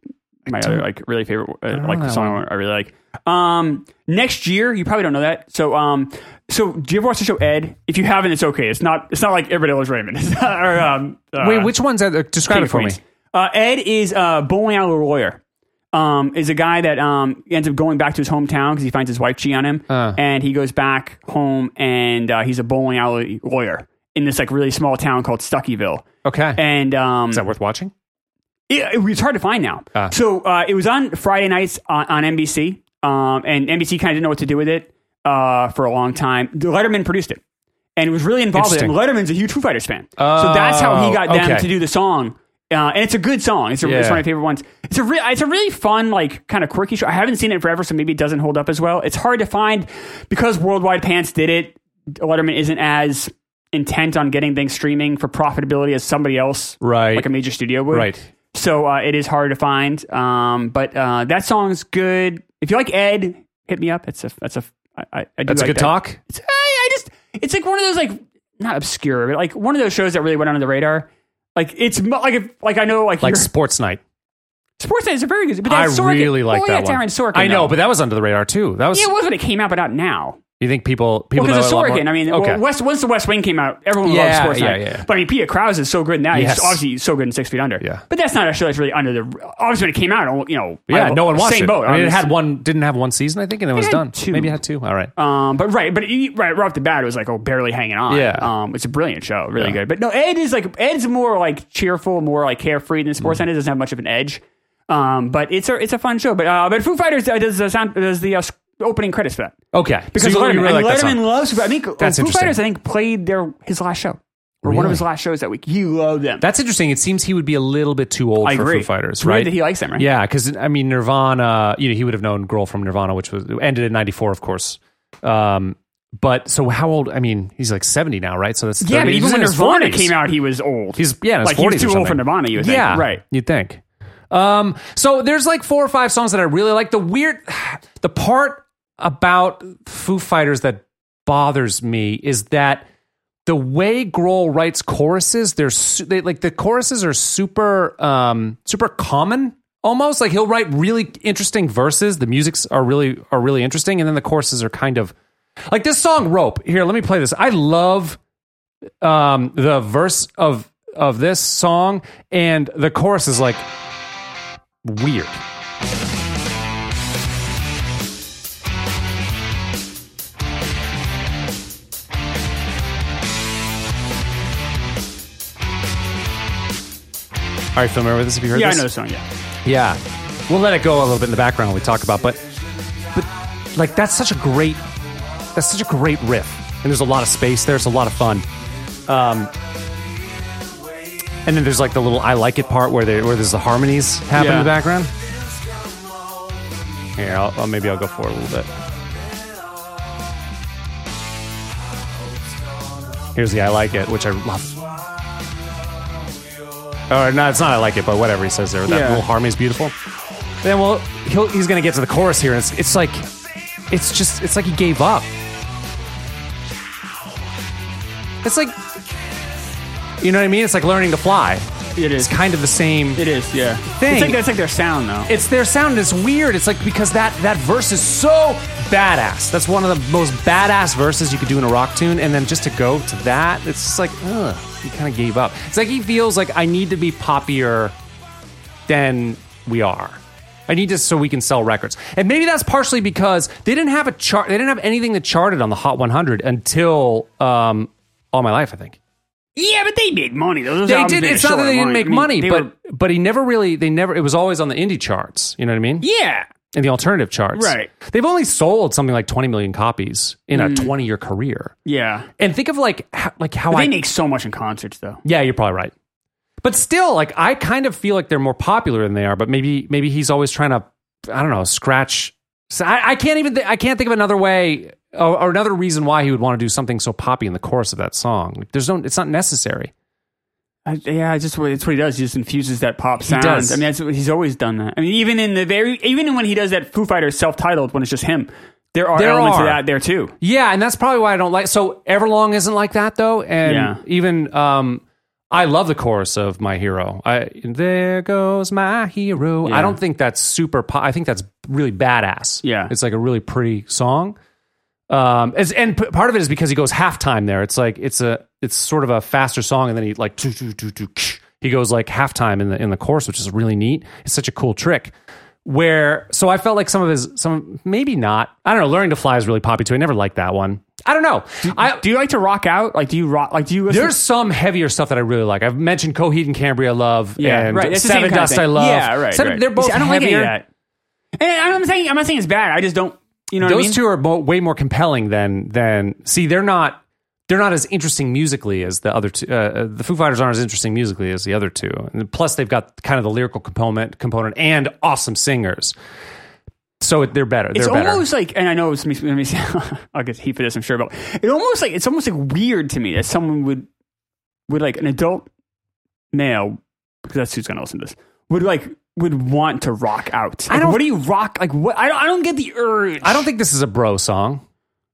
Speaker 2: my other like really favorite uh, like the song I really like. Um, next year you probably don't know that. So um, so do you ever watch the show Ed? If you haven't, it's okay. It's not it's not like everybody loves Raymond. It's not, or, um, uh,
Speaker 1: Wait, which one's that? uh, Describe
Speaker 2: King
Speaker 1: it
Speaker 2: of
Speaker 1: for me.
Speaker 2: Queens. Uh, Ed is a bowling alley lawyer. Um, is a guy that um, ends up going back to his hometown because he finds his wife cheating on him,
Speaker 1: Uh.
Speaker 2: and he goes back home and uh, he's a bowling alley lawyer in this like really small town called Stuckyville.
Speaker 1: Okay.
Speaker 2: And um,
Speaker 1: Is that worth watching?
Speaker 2: it, it was hard to find now.
Speaker 1: Ah.
Speaker 2: So uh, it was on Friday nights on, on NBC, um, and NBC kind of didn't know what to do with it uh, for a long time. Letterman produced it and was really involved in it. And Letterman's a huge Foo Fighters fan, so that's how he got
Speaker 1: Oh,
Speaker 2: them
Speaker 1: okay.
Speaker 2: to do the song. Uh, and it's a good song. It's, a, it's
Speaker 1: Yeah.
Speaker 2: one of my favorite ones. It's a re- it's a really fun, like kind of quirky show. I haven't seen it forever, so maybe it doesn't hold up as well. It's hard to find because Worldwide Pants did it. Letterman isn't as intent on getting things streaming for profitability as somebody else,
Speaker 1: Right.
Speaker 2: Like a major studio would,
Speaker 1: Right.
Speaker 2: so uh, it is hard to find. Um, but uh, that song's good. If you like Ed, hit me up. It's a that's a I, I, I do
Speaker 1: That's
Speaker 2: like
Speaker 1: a good
Speaker 2: that.
Speaker 1: talk.
Speaker 2: It's, I, I just it's like one of those like not obscure, but like one of those shows that really went under the radar. Like it's mo- like if, like I know like,
Speaker 1: like
Speaker 2: you're-
Speaker 1: Sports Night.
Speaker 2: Sportsnet is a very good. But
Speaker 1: I
Speaker 2: that's Sorkin.
Speaker 1: really like
Speaker 2: well,
Speaker 1: that
Speaker 2: yeah,
Speaker 1: one.
Speaker 2: it's Aaron Sorkin.
Speaker 1: I know,
Speaker 2: though.
Speaker 1: but that was under the radar too. That was.
Speaker 2: yeah, it was when it came out, but not now.
Speaker 1: you think people people
Speaker 2: Because
Speaker 1: know
Speaker 2: of
Speaker 1: it a lot
Speaker 2: Sorkin,
Speaker 1: more?
Speaker 2: I mean,
Speaker 1: okay.
Speaker 2: well, West, once the West Wing came out, everyone
Speaker 1: Yeah,
Speaker 2: loved Sportsnet.
Speaker 1: yeah, yeah.
Speaker 2: But I mean, Peter Krause is so good in that. He's
Speaker 1: Yes.
Speaker 2: obviously so good in Six Feet Under.
Speaker 1: Yeah.
Speaker 2: But that's not a show that's really under the. Obviously, when it came out, you know,
Speaker 1: yeah,
Speaker 2: I-
Speaker 1: no one watched
Speaker 2: same
Speaker 1: it.
Speaker 2: boat.
Speaker 1: I mean, it
Speaker 2: obviously.
Speaker 1: had one, didn't have one season, I think, and it was
Speaker 2: had
Speaker 1: done.
Speaker 2: two.
Speaker 1: Maybe it had two. All right.
Speaker 2: Um, but right, but you- right, right off the bat, it was like oh, barely hanging on.
Speaker 1: Yeah.
Speaker 2: um, it's a brilliant show, really
Speaker 1: Yeah.
Speaker 2: good. But no, Ed is like Ed's more like cheerful, more like carefree than
Speaker 1: Mm.
Speaker 2: Sports Center doesn't have much of an edge. Um, but it's a it's a fun show. But uh, but Foo Fighters uh, does the sound does the uh, s- opening credits for that
Speaker 1: Okay.
Speaker 2: because
Speaker 1: so you
Speaker 2: Letterman,
Speaker 1: really like
Speaker 2: and
Speaker 1: that
Speaker 2: Letterman
Speaker 1: song.
Speaker 2: loves. Foo- I think
Speaker 1: That's
Speaker 2: Foo
Speaker 1: interesting.
Speaker 2: Fighters. I think played their his last show or one
Speaker 1: Really?
Speaker 2: of his last shows that week. He loved them.
Speaker 1: That's interesting. It seems he would be a little bit too old
Speaker 2: I
Speaker 1: for
Speaker 2: agree.
Speaker 1: Foo Fighters,
Speaker 2: It's weird
Speaker 1: right?
Speaker 2: that he likes them, right?
Speaker 1: Yeah, because I mean, Nirvana. You know, he would have known "Girl from Nirvana," which was ended in '94, of course. Um, but so how old? I mean, he's like 70 now, right? So that's 30,
Speaker 2: yeah, but
Speaker 1: he's
Speaker 2: even
Speaker 1: in
Speaker 2: when
Speaker 1: his
Speaker 2: Nirvana
Speaker 1: 40s.
Speaker 2: came out, he was old.
Speaker 1: he's yeah, in his
Speaker 2: like
Speaker 1: 40s
Speaker 2: he was
Speaker 1: or
Speaker 2: too old for
Speaker 1: something.
Speaker 2: Nirvana. You would
Speaker 1: yeah,
Speaker 2: think, right?
Speaker 1: You'd think. Um, so there's like four or five songs that I really like. The weird, the part about Foo Fighters that bothers me is that the way Grohl writes choruses, they're su- they, like the choruses are super, um, super common. Almost like he'll write really interesting verses. The musics are really are really interesting, and then the choruses are kind of like this song "Rope." Here, let me play this. I love um, the verse of of this song and the chorus is like weird. Are you familiar with this? Have you heard
Speaker 2: Yeah, I
Speaker 1: this?
Speaker 2: know the song. Yeah.
Speaker 1: Yeah. We'll let it go a little bit in the background when we talk about but but like that's such a great that's such a great riff. And there's a lot of space there, it's a lot of fun. Um and then there's like the little I like it part where there where there's the harmonies happen in
Speaker 2: Yeah.
Speaker 1: the background. Here, I'll, I'll- maybe I'll go for it a little bit. Here's the I like it, which I love. Or no, it's not I like it, but whatever he says there. That
Speaker 2: Yeah.
Speaker 1: little harmony is beautiful. Then well, he'll, he's gonna get to the chorus here, and it's, it's like, it's just, it's like he gave up. It's like, you know what I mean? It's like learning to fly.
Speaker 2: It is.
Speaker 1: It's kind of the same.
Speaker 2: It is, yeah.
Speaker 1: Thing.
Speaker 2: It's like that's like their sound though.
Speaker 1: It's their sound is weird. It's like because that that verse is so badass. That's one of the most badass verses you could do in a rock tune, and then just to go to that, it's just like, ugh, he kind of gave up. It's like he feels like I need to be poppier than we are. I need this so we can sell records, and maybe that's partially because they didn't have a chart. They didn't have anything that charted on the Hot 100 until um, All My Life, I think.
Speaker 2: yeah, but they made money. Those
Speaker 1: They
Speaker 2: albums
Speaker 1: did.
Speaker 2: made a
Speaker 1: It's not that
Speaker 2: shitload
Speaker 1: they
Speaker 2: of
Speaker 1: didn't make
Speaker 2: I mean,
Speaker 1: money,
Speaker 2: they
Speaker 1: but
Speaker 2: were-
Speaker 1: but he never really. They never. It was always on the indie charts. You know what I mean?
Speaker 2: yeah,
Speaker 1: in the alternative charts.
Speaker 2: Right. Hmm.
Speaker 1: They've only sold something like 20 million copies in a 20 year career.
Speaker 2: yeah.
Speaker 1: And think of like how, like how
Speaker 2: But
Speaker 1: I
Speaker 2: they make so much in concerts though.
Speaker 1: Yeah, you're probably right. But still like I kind of feel like they're more popular than they are, but maybe maybe he's always trying to I don't know, scratch so I, I can't even th- I can't think of another way or, or another reason why he would want to do something so poppy in the chorus of that song. Like, there's no it's not necessary.
Speaker 2: I, yeah, it's just what- it's what he does. He just infuses that pop sound.
Speaker 1: does.
Speaker 2: I mean, that's, what- he's always done that. I mean, even in the very, even when he does that Foo Fighters self-titled when it's just him, there are
Speaker 1: There
Speaker 2: elements
Speaker 1: are.
Speaker 2: of that there too.
Speaker 1: Yeah, and that's probably why I don't like. So Everlong isn't like that though, and
Speaker 2: Yeah.
Speaker 1: even um, I love the chorus of "My Hero." I there goes my hero. I
Speaker 2: Yeah.
Speaker 1: don't think that's super. Po- I think that's really badass.
Speaker 2: Yeah.
Speaker 1: it's like a really pretty song. Um, as, and p- part of it is because he goes halftime there. It's like it's a it's sort of a faster song, and then he like doo, doo, doo, doo, ksh. he goes like halftime in the in the chorus, which is really neat. It's such a cool trick. Where so I felt like some of his some maybe not I don't know. Learning to fly is really poppy too. I never liked that one. I don't know. I
Speaker 2: do you like to rock out? Like, do you rock? Like, do you? Listen
Speaker 1: there's some heavier stuff that I really like. I've mentioned Coheed and Cambria, I love
Speaker 2: Yeah,
Speaker 1: and
Speaker 2: right. That's the same
Speaker 1: Seven
Speaker 2: kind of
Speaker 1: Dust,
Speaker 2: thing.
Speaker 1: I love.
Speaker 2: Yeah, right.
Speaker 1: Seven,
Speaker 2: right.
Speaker 1: They're both.
Speaker 2: See, I don't like any
Speaker 1: heavier.
Speaker 2: of that. And I'm saying, I'm not saying it's bad. I just don't. You know,
Speaker 1: those
Speaker 2: what I mean?
Speaker 1: two are mo- way more compelling than than see they're not they're not as interesting musically as the other two uh, uh, the foo fighters aren't as interesting musically as the other two and plus they've got kind of the lyrical component component and awesome singers so it- they're better they're
Speaker 2: It's
Speaker 1: better
Speaker 2: almost like, and I know it's makes me, makes me I'll get heat for this, I'm sure, but it almost like it's almost like weird to me that someone would would like an adult male because that's who's gonna listen to this would like would want to rock out. Like,
Speaker 1: don't-
Speaker 2: what do you rock like? What I don't, I don't get the urge.
Speaker 1: i don't think this is a bro song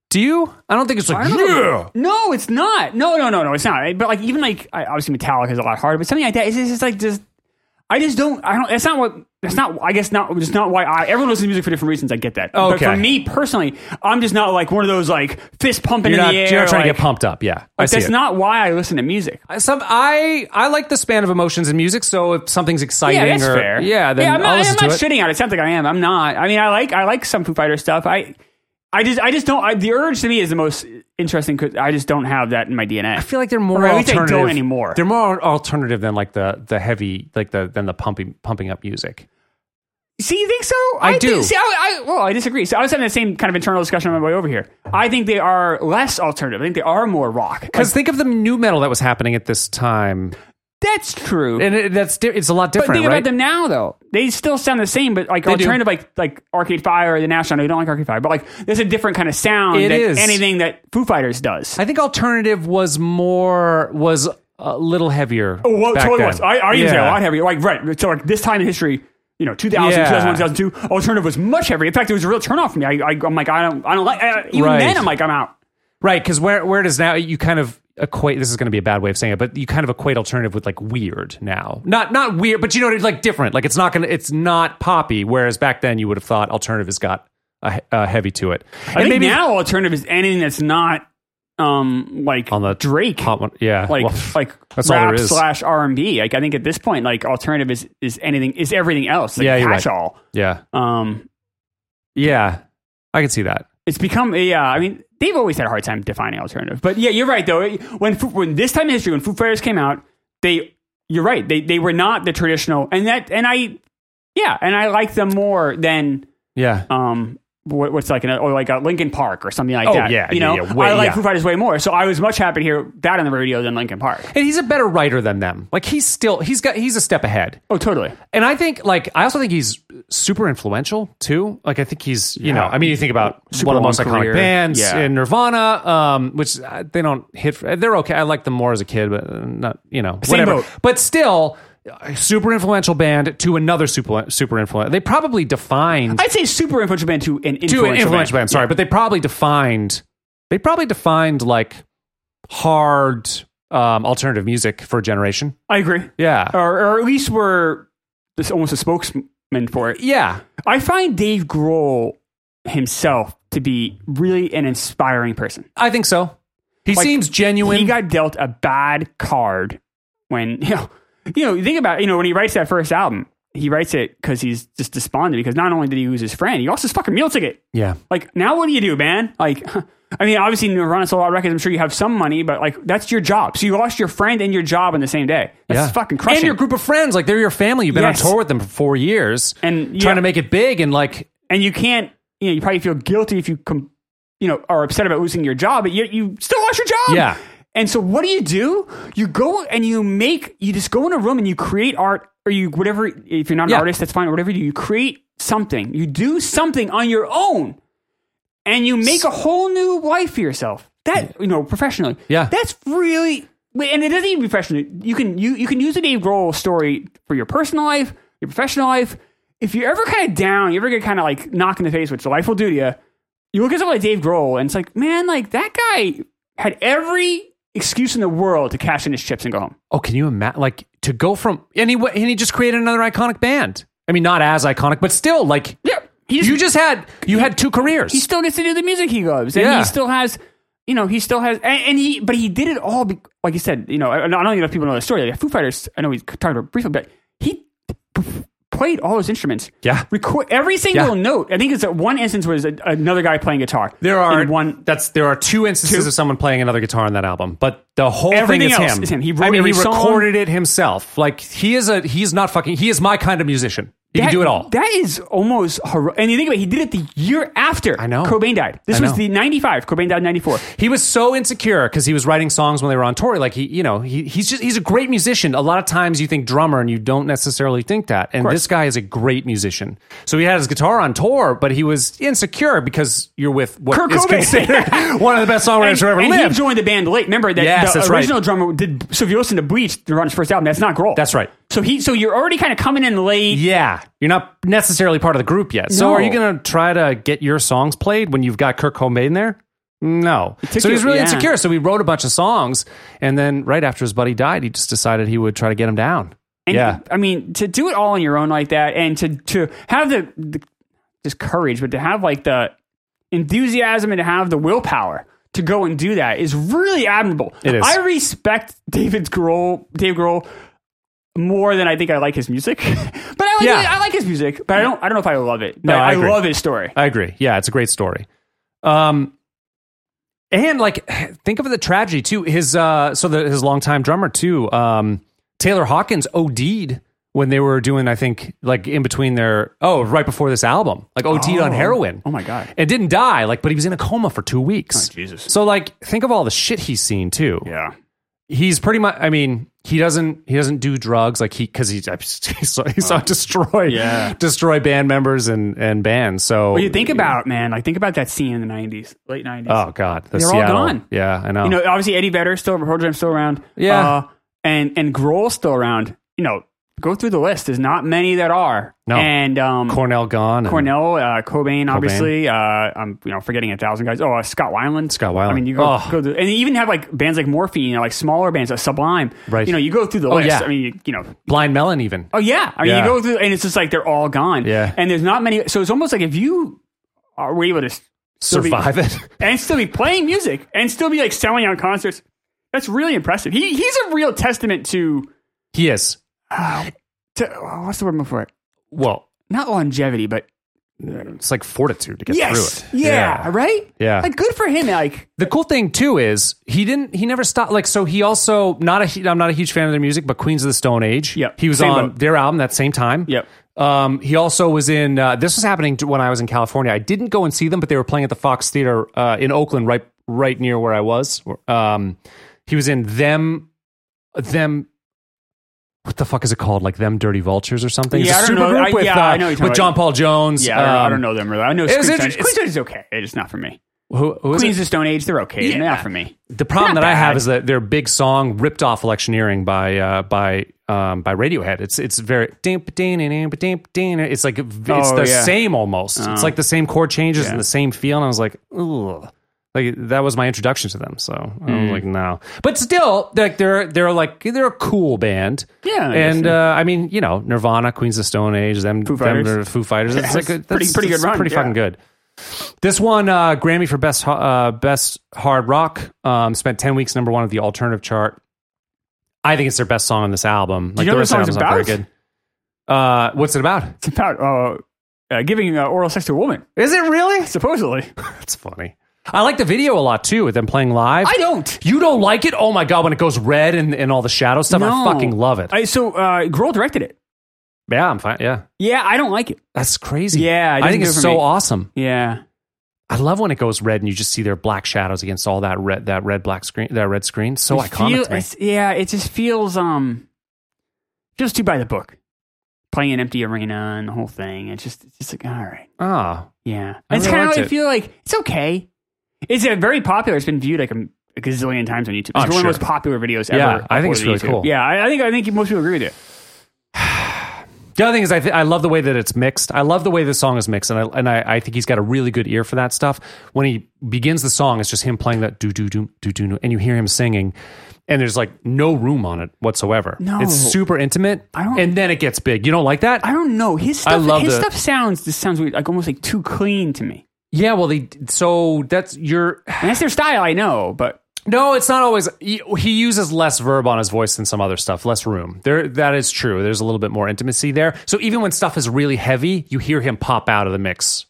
Speaker 1: Do you? I don't think it's like yeah.
Speaker 2: No, it's not. No, no, no, no, it's not. But like even like I, obviously Metallica is a lot harder, but something like that is just like just I just don't. I don't. That's not what. That's not. I guess not. It's not why I. Everyone listens to music for different reasons. I get that. But
Speaker 1: Okay.
Speaker 2: for me personally, I'm just not like one of those like fist pumping
Speaker 1: You're
Speaker 2: in
Speaker 1: not,
Speaker 2: the air.
Speaker 1: you're not trying to
Speaker 2: like-
Speaker 1: get pumped up. Yeah, I see
Speaker 2: That's
Speaker 1: it.
Speaker 2: not why I listen to music.
Speaker 1: Some I I like the span of emotions in music. So if something's exciting
Speaker 2: Yeah, that's
Speaker 1: or
Speaker 2: fair.
Speaker 1: yeah, then
Speaker 2: I'm not,
Speaker 1: will listen
Speaker 2: I'm
Speaker 1: to
Speaker 2: not
Speaker 1: it.
Speaker 2: shitting on it. It sounds like I am. I'm not. I mean, I like I like some Foo Fighter stuff. I I just I just don't. I, the urge to me is the most interesting because I just don't have that in my DNA.
Speaker 1: I feel like they're more
Speaker 2: Or at least I don't
Speaker 1: alternative
Speaker 2: anymore.
Speaker 1: They're more alternative than like the the heavy like the than the pumping pumping up music.
Speaker 2: See, you think so?
Speaker 1: I
Speaker 2: think-
Speaker 1: do.
Speaker 2: see, I, I, well, I disagree. So I was having the same kind of internal discussion on my way over here. I think they are less alternative. I think they are more rock. Like,
Speaker 1: Because think of the new metal that was happening at this time,
Speaker 2: that's true.
Speaker 1: and it, that's di- it's a lot
Speaker 2: but
Speaker 1: different,
Speaker 2: think
Speaker 1: right?
Speaker 2: about them now, though. They still sound the same, but like
Speaker 1: They do.
Speaker 2: alternative, like like Arcade Fire or the National. No, you don't like Arcade Fire, but like there's a different kind of sound.
Speaker 1: It
Speaker 2: than
Speaker 1: is.
Speaker 2: anything that Foo Fighters does.
Speaker 1: I think alternative was more was a little heavier.
Speaker 2: Oh, well,
Speaker 1: back
Speaker 2: totally
Speaker 1: then.
Speaker 2: was. I, I even say a
Speaker 1: Yeah.
Speaker 2: lot heavier. Like, right. So, like, this time in history, you know, 2000,
Speaker 1: Yeah.
Speaker 2: 2001, 2002, alternative was much heavier. In fact, it was a real turnoff for me. I, I, I'm like, I don't, I don't like, uh, even
Speaker 1: Right.
Speaker 2: then, I'm like, I'm out.
Speaker 1: Right, because where where does now you kind of equate? This is going to be a bad way of saying it, but you kind of equate alternative with like weird now. Not not weird, but you know what? I mean, Like different. Like it's not gonna it's not poppy. Whereas back then you would have thought alternative has got a, he- a heavy to it.
Speaker 2: I think now alternative is anything that's not, um, like
Speaker 1: on the
Speaker 2: Drake,
Speaker 1: hot one, yeah,
Speaker 2: like,
Speaker 1: well,
Speaker 2: like
Speaker 1: that's all there
Speaker 2: rap
Speaker 1: is.
Speaker 2: slash R and B. Like, I think at this point, like, alternative is is anything is everything else. Like,
Speaker 1: Yeah, you're right.
Speaker 2: catch all.
Speaker 1: yeah,
Speaker 2: Um,
Speaker 1: yeah. I can see that.
Speaker 2: it's become yeah. I mean, they've always had a hard time defining alternative, but yeah, you're right though. It- When Foo- when this time in history, when Foo Fighters came out, they you're right. They they were not the traditional, and that and I yeah, and I like them more than
Speaker 1: Yeah,
Speaker 2: um what, what's like an or like a Linkin Park or something like
Speaker 1: Oh,
Speaker 2: that.
Speaker 1: yeah,
Speaker 2: you
Speaker 1: yeah,
Speaker 2: know,
Speaker 1: yeah, way-
Speaker 2: I like
Speaker 1: yeah.
Speaker 2: Foo Fighters way more. So I was much happy to hear that on the radio than Linkin Park.
Speaker 1: and he's a better writer than them. Like he's still he's got he's a step ahead.
Speaker 2: Oh, totally.
Speaker 1: And I think like I also think he's super influential too. Like I think he's you know I mean you think about
Speaker 2: Super
Speaker 1: one of the most
Speaker 2: long
Speaker 1: iconic
Speaker 2: career.
Speaker 1: bands
Speaker 2: Yeah.
Speaker 1: in Nirvana, um, which uh, they don't hit. For, they're okay. I liked them more as a kid, but uh, not you know
Speaker 2: Same
Speaker 1: whatever.
Speaker 2: boat.
Speaker 1: But still, a super influential band to another super super influential. They probably defined
Speaker 2: I'd say super influential band to an influential,
Speaker 1: to an influential band. Sorry, but they probably defined they probably defined like hard um, alternative music for a generation.
Speaker 2: I agree.
Speaker 1: Yeah,
Speaker 2: Or, or at least we're this almost a spokesman for it.
Speaker 1: yeah.
Speaker 2: I find Dave Grohl himself to be really an inspiring person.
Speaker 1: I think so. He
Speaker 2: Like,
Speaker 1: seems genuine.
Speaker 2: He got dealt a bad card when you know, you know, you think about it, you know when he writes that first album, he writes it because he's just despondent because not only did he lose his friend, he lost his fucking meal ticket.
Speaker 1: yeah.
Speaker 2: Like now, what do you do, man? Like, I mean, obviously Nirvana sold out records. I'm sure you have some money, but like that's your job. So you lost your friend and your job on the same day. That's fucking crushing.
Speaker 1: And your group of friends, like they're your family. You've been
Speaker 2: Yes.
Speaker 1: on tour with them for four years,
Speaker 2: And,
Speaker 1: trying
Speaker 2: yeah.
Speaker 1: to make it big. And like,
Speaker 2: and you can't you know you probably feel guilty if you com- you know are upset about losing your job but you, you still lost your job
Speaker 1: Yeah.
Speaker 2: and so what do you do you go and you make you just go in a room and you create art or you whatever if you're not an
Speaker 1: Yeah.
Speaker 2: artist that's fine whatever you do you create something you do something on your own and you make a whole new life for yourself that you know professionally
Speaker 1: Yeah.
Speaker 2: that's really and it doesn't even be professionally you can you, you can use the dave grohl story for your personal life your professional life if you're ever kind of down you ever get kind of like knocked in the face which life will do to you you look at someone like dave grohl and it's like man like that guy had every excuse in the world to cash in his chips and go home
Speaker 1: oh, can you imagine? Like to go from and he went- and he just created another iconic band. I mean, not as iconic, but still, like
Speaker 2: yeah he just,
Speaker 1: you just had you had two careers.
Speaker 2: he still gets to do the music he loves, and
Speaker 1: Yeah.
Speaker 2: he still has, you know, he still has, and, and he, but he did it all, be, like you said, you know, I, I don't even know if people know the story. Like Foo Fighters, I know we talked about it briefly, but he p- played all his instruments.
Speaker 1: Yeah.
Speaker 2: record every single
Speaker 1: Yeah.
Speaker 2: note. I think it's that one instance was a, another guy playing guitar.
Speaker 1: there are
Speaker 2: In one.
Speaker 1: one that's there are two instances
Speaker 2: Two?
Speaker 1: of someone playing another guitar on that album, but the whole
Speaker 2: Everything
Speaker 1: thing is
Speaker 2: else
Speaker 1: him.
Speaker 2: is him. He
Speaker 1: I
Speaker 2: wrote
Speaker 1: mean, he
Speaker 2: every song.
Speaker 1: recorded it himself. Like he is a he's not fucking. He is my kind of musician. He
Speaker 2: that-
Speaker 1: can do it all.
Speaker 2: That is almost heroic. And you think about it, he did it the year after I
Speaker 1: know.
Speaker 2: Cobain died. This
Speaker 1: I
Speaker 2: was
Speaker 1: know.
Speaker 2: the 95. Cobain died in 94.
Speaker 1: He was so insecure because he was writing songs when they were on tour. Like he, you know, he, he's just he's a great musician. A lot of times you think drummer and you don't necessarily think that. And
Speaker 2: course.
Speaker 1: this guy is a great musician. So he had his guitar on tour, but he was insecure because you're with what
Speaker 2: Kurt
Speaker 1: is
Speaker 2: Cobain.
Speaker 1: considered one of the best
Speaker 2: and,
Speaker 1: songwriters who ever
Speaker 2: and he
Speaker 1: lived.
Speaker 2: joined the band late. Remember that
Speaker 1: Yes,
Speaker 2: the
Speaker 1: that's right.
Speaker 2: original drummer did. So if you listen to Bleach, Nirvana's first album, that's not Grohl.
Speaker 1: That's right.
Speaker 2: So he, so you're already kind of coming in late.
Speaker 1: yeah, you're not necessarily part of the group yet. So
Speaker 2: No.
Speaker 1: are you going to try to get your songs played when you've got Kurt Cobain there? No.
Speaker 2: took
Speaker 1: So he's
Speaker 2: you-
Speaker 1: really
Speaker 2: yeah.
Speaker 1: insecure. So he wrote a bunch of songs. And then right after his buddy died, he just decided he would try to get him down.
Speaker 2: And
Speaker 1: yeah.
Speaker 2: I mean, to do it all on your own like that, and to to have the, the just courage, but to have like the enthusiasm and to have the willpower to go and do that is really admirable.
Speaker 1: It is.
Speaker 2: I respect David Grohl, Dave Grohl, more than I think I like his music. but I like
Speaker 1: Yeah.
Speaker 2: I like his music, but I don't I don't know if I love it. But
Speaker 1: I
Speaker 2: I,
Speaker 1: agree.
Speaker 2: love his story.
Speaker 1: I agree. Yeah, it's a great story. Um, and like, think of the tragedy too. His uh, so the, his longtime drummer too, um, Taylor Hawkins OD'd when they were doing, I think, like in between their oh, right before this album, like OD'd on heroin.
Speaker 2: Oh my god. Oh,
Speaker 1: And didn't die, like, but he was in a coma for two weeks.
Speaker 2: Jesus.
Speaker 1: So like, think of all the shit he's seen too
Speaker 2: Yeah.
Speaker 1: he's pretty much i mean he doesn't he doesn't do drugs like he because he, he saw, he saw destroy
Speaker 2: Oh. Yeah.
Speaker 1: destroy band members and and bands so
Speaker 2: Well, you think about man, like think about that scene in the '90s, late '90s.
Speaker 1: oh god the
Speaker 2: They're all
Speaker 1: Seattle-
Speaker 2: gone.
Speaker 1: yeah i know,
Speaker 2: you know, obviously Eddie Vedder still, Pearl Jam's still around.
Speaker 1: Oh. Yeah.
Speaker 2: Uh, and and Grohl's still around. You know, go through the list. There's not many that are.
Speaker 1: No.
Speaker 2: And um,
Speaker 1: cornell gone and-
Speaker 2: Cornell, uh, Cobain, obviously. Uh, I'm you know forgetting a thousand guys. Oh, uh, Scott Weiland.
Speaker 1: Scott Weiland.
Speaker 2: I mean, you go,
Speaker 1: Oh.
Speaker 2: go through, and you even have like bands like Morphine, you know, like smaller bands like Sublime.
Speaker 1: Right. Oh,
Speaker 2: You know, you go through the list.
Speaker 1: yeah.
Speaker 2: I mean, you, you know,
Speaker 1: blind melon even
Speaker 2: Oh yeah, I mean
Speaker 1: Yeah.
Speaker 2: you go through, and it's just like they're all gone.
Speaker 1: Yeah.
Speaker 2: and there's not many. So it's almost like if you are were able to still be-
Speaker 1: survive it
Speaker 2: and still be playing music and still be like selling out concerts, that's really impressive. He he's a real testament to
Speaker 1: he is
Speaker 2: to oh, what's the word for it?
Speaker 1: well
Speaker 2: Not longevity, but
Speaker 1: it's like fortitude to get
Speaker 2: yes,
Speaker 1: through it
Speaker 2: yeah, right,
Speaker 1: Yeah.
Speaker 2: like good for him. Like
Speaker 1: The cool thing too is he didn't he never stopped like so he also not a hu- I'm not a huge fan of their music but Queens of the Stone Age
Speaker 2: Yep.
Speaker 1: he was
Speaker 2: Same
Speaker 1: on
Speaker 2: boat.
Speaker 1: their album that same time
Speaker 2: Yep.
Speaker 1: um he also was in uh, this was happening to when I was in California I didn't go and see them but they were playing at the Fox Theater uh, in Oakland right right near where I was um he was in them them what the fuck is it called like them Dirty Vultures or something
Speaker 2: Yeah,
Speaker 1: it's
Speaker 2: I
Speaker 1: a
Speaker 2: don't know.
Speaker 1: supergroup
Speaker 2: I-
Speaker 1: with
Speaker 2: yeah, I know
Speaker 1: uh,
Speaker 2: what you're
Speaker 1: with
Speaker 2: talking
Speaker 1: John
Speaker 2: about.
Speaker 1: Paul Jones
Speaker 2: yeah, I don't, I
Speaker 1: um,
Speaker 2: don't know them really. I know Queen's
Speaker 1: inter-
Speaker 2: Queen's
Speaker 1: it's-
Speaker 2: is okay. It's just not for me.
Speaker 1: who, who is it?
Speaker 2: Queens of Stone Age, they're okay. They're not for me.
Speaker 1: The problem
Speaker 2: Not
Speaker 1: that I have
Speaker 2: bad.
Speaker 1: is that their big song ripped off electioneering by uh, by um, by Radiohead. It's it's very it's like it's
Speaker 2: Oh,
Speaker 1: the
Speaker 2: yeah. Oh.
Speaker 1: same almost. It's like the same chord changes and the same feel. And I was like, ugh. Like that was my introduction to them, so I
Speaker 2: Hmm.
Speaker 1: was like, no. But still, like they're they're like they're a cool band,
Speaker 2: Yeah, I guess
Speaker 1: And uh,
Speaker 2: so.
Speaker 1: I mean, you know, Nirvana, Queens of Stone Age, them, Foo them,
Speaker 2: Fighters.
Speaker 1: they're Foo Fighters. It's like a,
Speaker 2: Pretty- pretty good
Speaker 1: that's
Speaker 2: run,
Speaker 1: pretty
Speaker 2: yeah.
Speaker 1: fucking good. This one uh, Grammy for best uh, best hard rock um, spent ten weeks number one of the alternative chart. I think it's their best song on this album. Like
Speaker 2: you know
Speaker 1: the
Speaker 2: what
Speaker 1: rest
Speaker 2: the
Speaker 1: of the
Speaker 2: song's
Speaker 1: album's not very good. Uh, what's it about?
Speaker 2: It's about uh, uh, giving uh, oral sex to a woman,
Speaker 1: Is it really?
Speaker 2: supposedly.
Speaker 1: That's funny. I like the video a lot too with them playing live.
Speaker 2: I don't.
Speaker 1: you don't like it? Oh my god! When it goes red and, and all the shadow stuff, I
Speaker 2: No.
Speaker 1: fucking love it.
Speaker 2: I, so uh, Grohl directed it.
Speaker 1: yeah, I'm fine. Yeah,
Speaker 2: Yeah, I don't like it.
Speaker 1: that's crazy.
Speaker 2: Yeah, it
Speaker 1: I
Speaker 2: didn't
Speaker 1: think
Speaker 2: do it
Speaker 1: it's
Speaker 2: for
Speaker 1: so
Speaker 2: me.
Speaker 1: awesome.
Speaker 2: Yeah.
Speaker 1: I love when it goes red and you just see their black shadows against all that red that red black screen that red screen. So
Speaker 2: It
Speaker 1: iconic.
Speaker 2: feel-
Speaker 1: to me.
Speaker 2: it's- yeah, it just feels um feels too by the book. Playing an empty arena and the whole thing. It's just it's just like all right.
Speaker 1: Ah,
Speaker 2: Yeah.
Speaker 1: I
Speaker 2: it's
Speaker 1: really
Speaker 2: kind of
Speaker 1: liked
Speaker 2: I
Speaker 1: it.
Speaker 2: feel like it's okay. It's a very popular. It's been viewed like a, a gazillion times on YouTube. It's
Speaker 1: I'm
Speaker 2: one of
Speaker 1: sure.
Speaker 2: the most popular videos ever.
Speaker 1: Yeah, I think it's
Speaker 2: uploaded to
Speaker 1: really
Speaker 2: YouTube.
Speaker 1: cool.
Speaker 2: Yeah, I, I think I think most people agree with it.
Speaker 1: The other thing is, I, th- I love the way that it's mixed. I love the way the song is mixed, and I and I, I think he's got a really good ear for that stuff. When he begins the song, it's just him playing that do do do do do, and you hear him singing, and there's like no room on it whatsoever.
Speaker 2: No.
Speaker 1: it's super intimate,
Speaker 2: I don't-
Speaker 1: and then it gets big. You don't like that?
Speaker 2: I don't know. His stuff
Speaker 1: love
Speaker 2: his
Speaker 1: the-
Speaker 2: stuff sounds this sounds weird, like almost like too clean to me.
Speaker 1: yeah, well, they so that's your
Speaker 2: And that's their style, I know, but
Speaker 1: no. It's not always he, he uses less verb on his voice than some other stuff, less room. There, that is true. There's a little bit more intimacy there. So even when stuff is really heavy, you hear him pop out of the mix,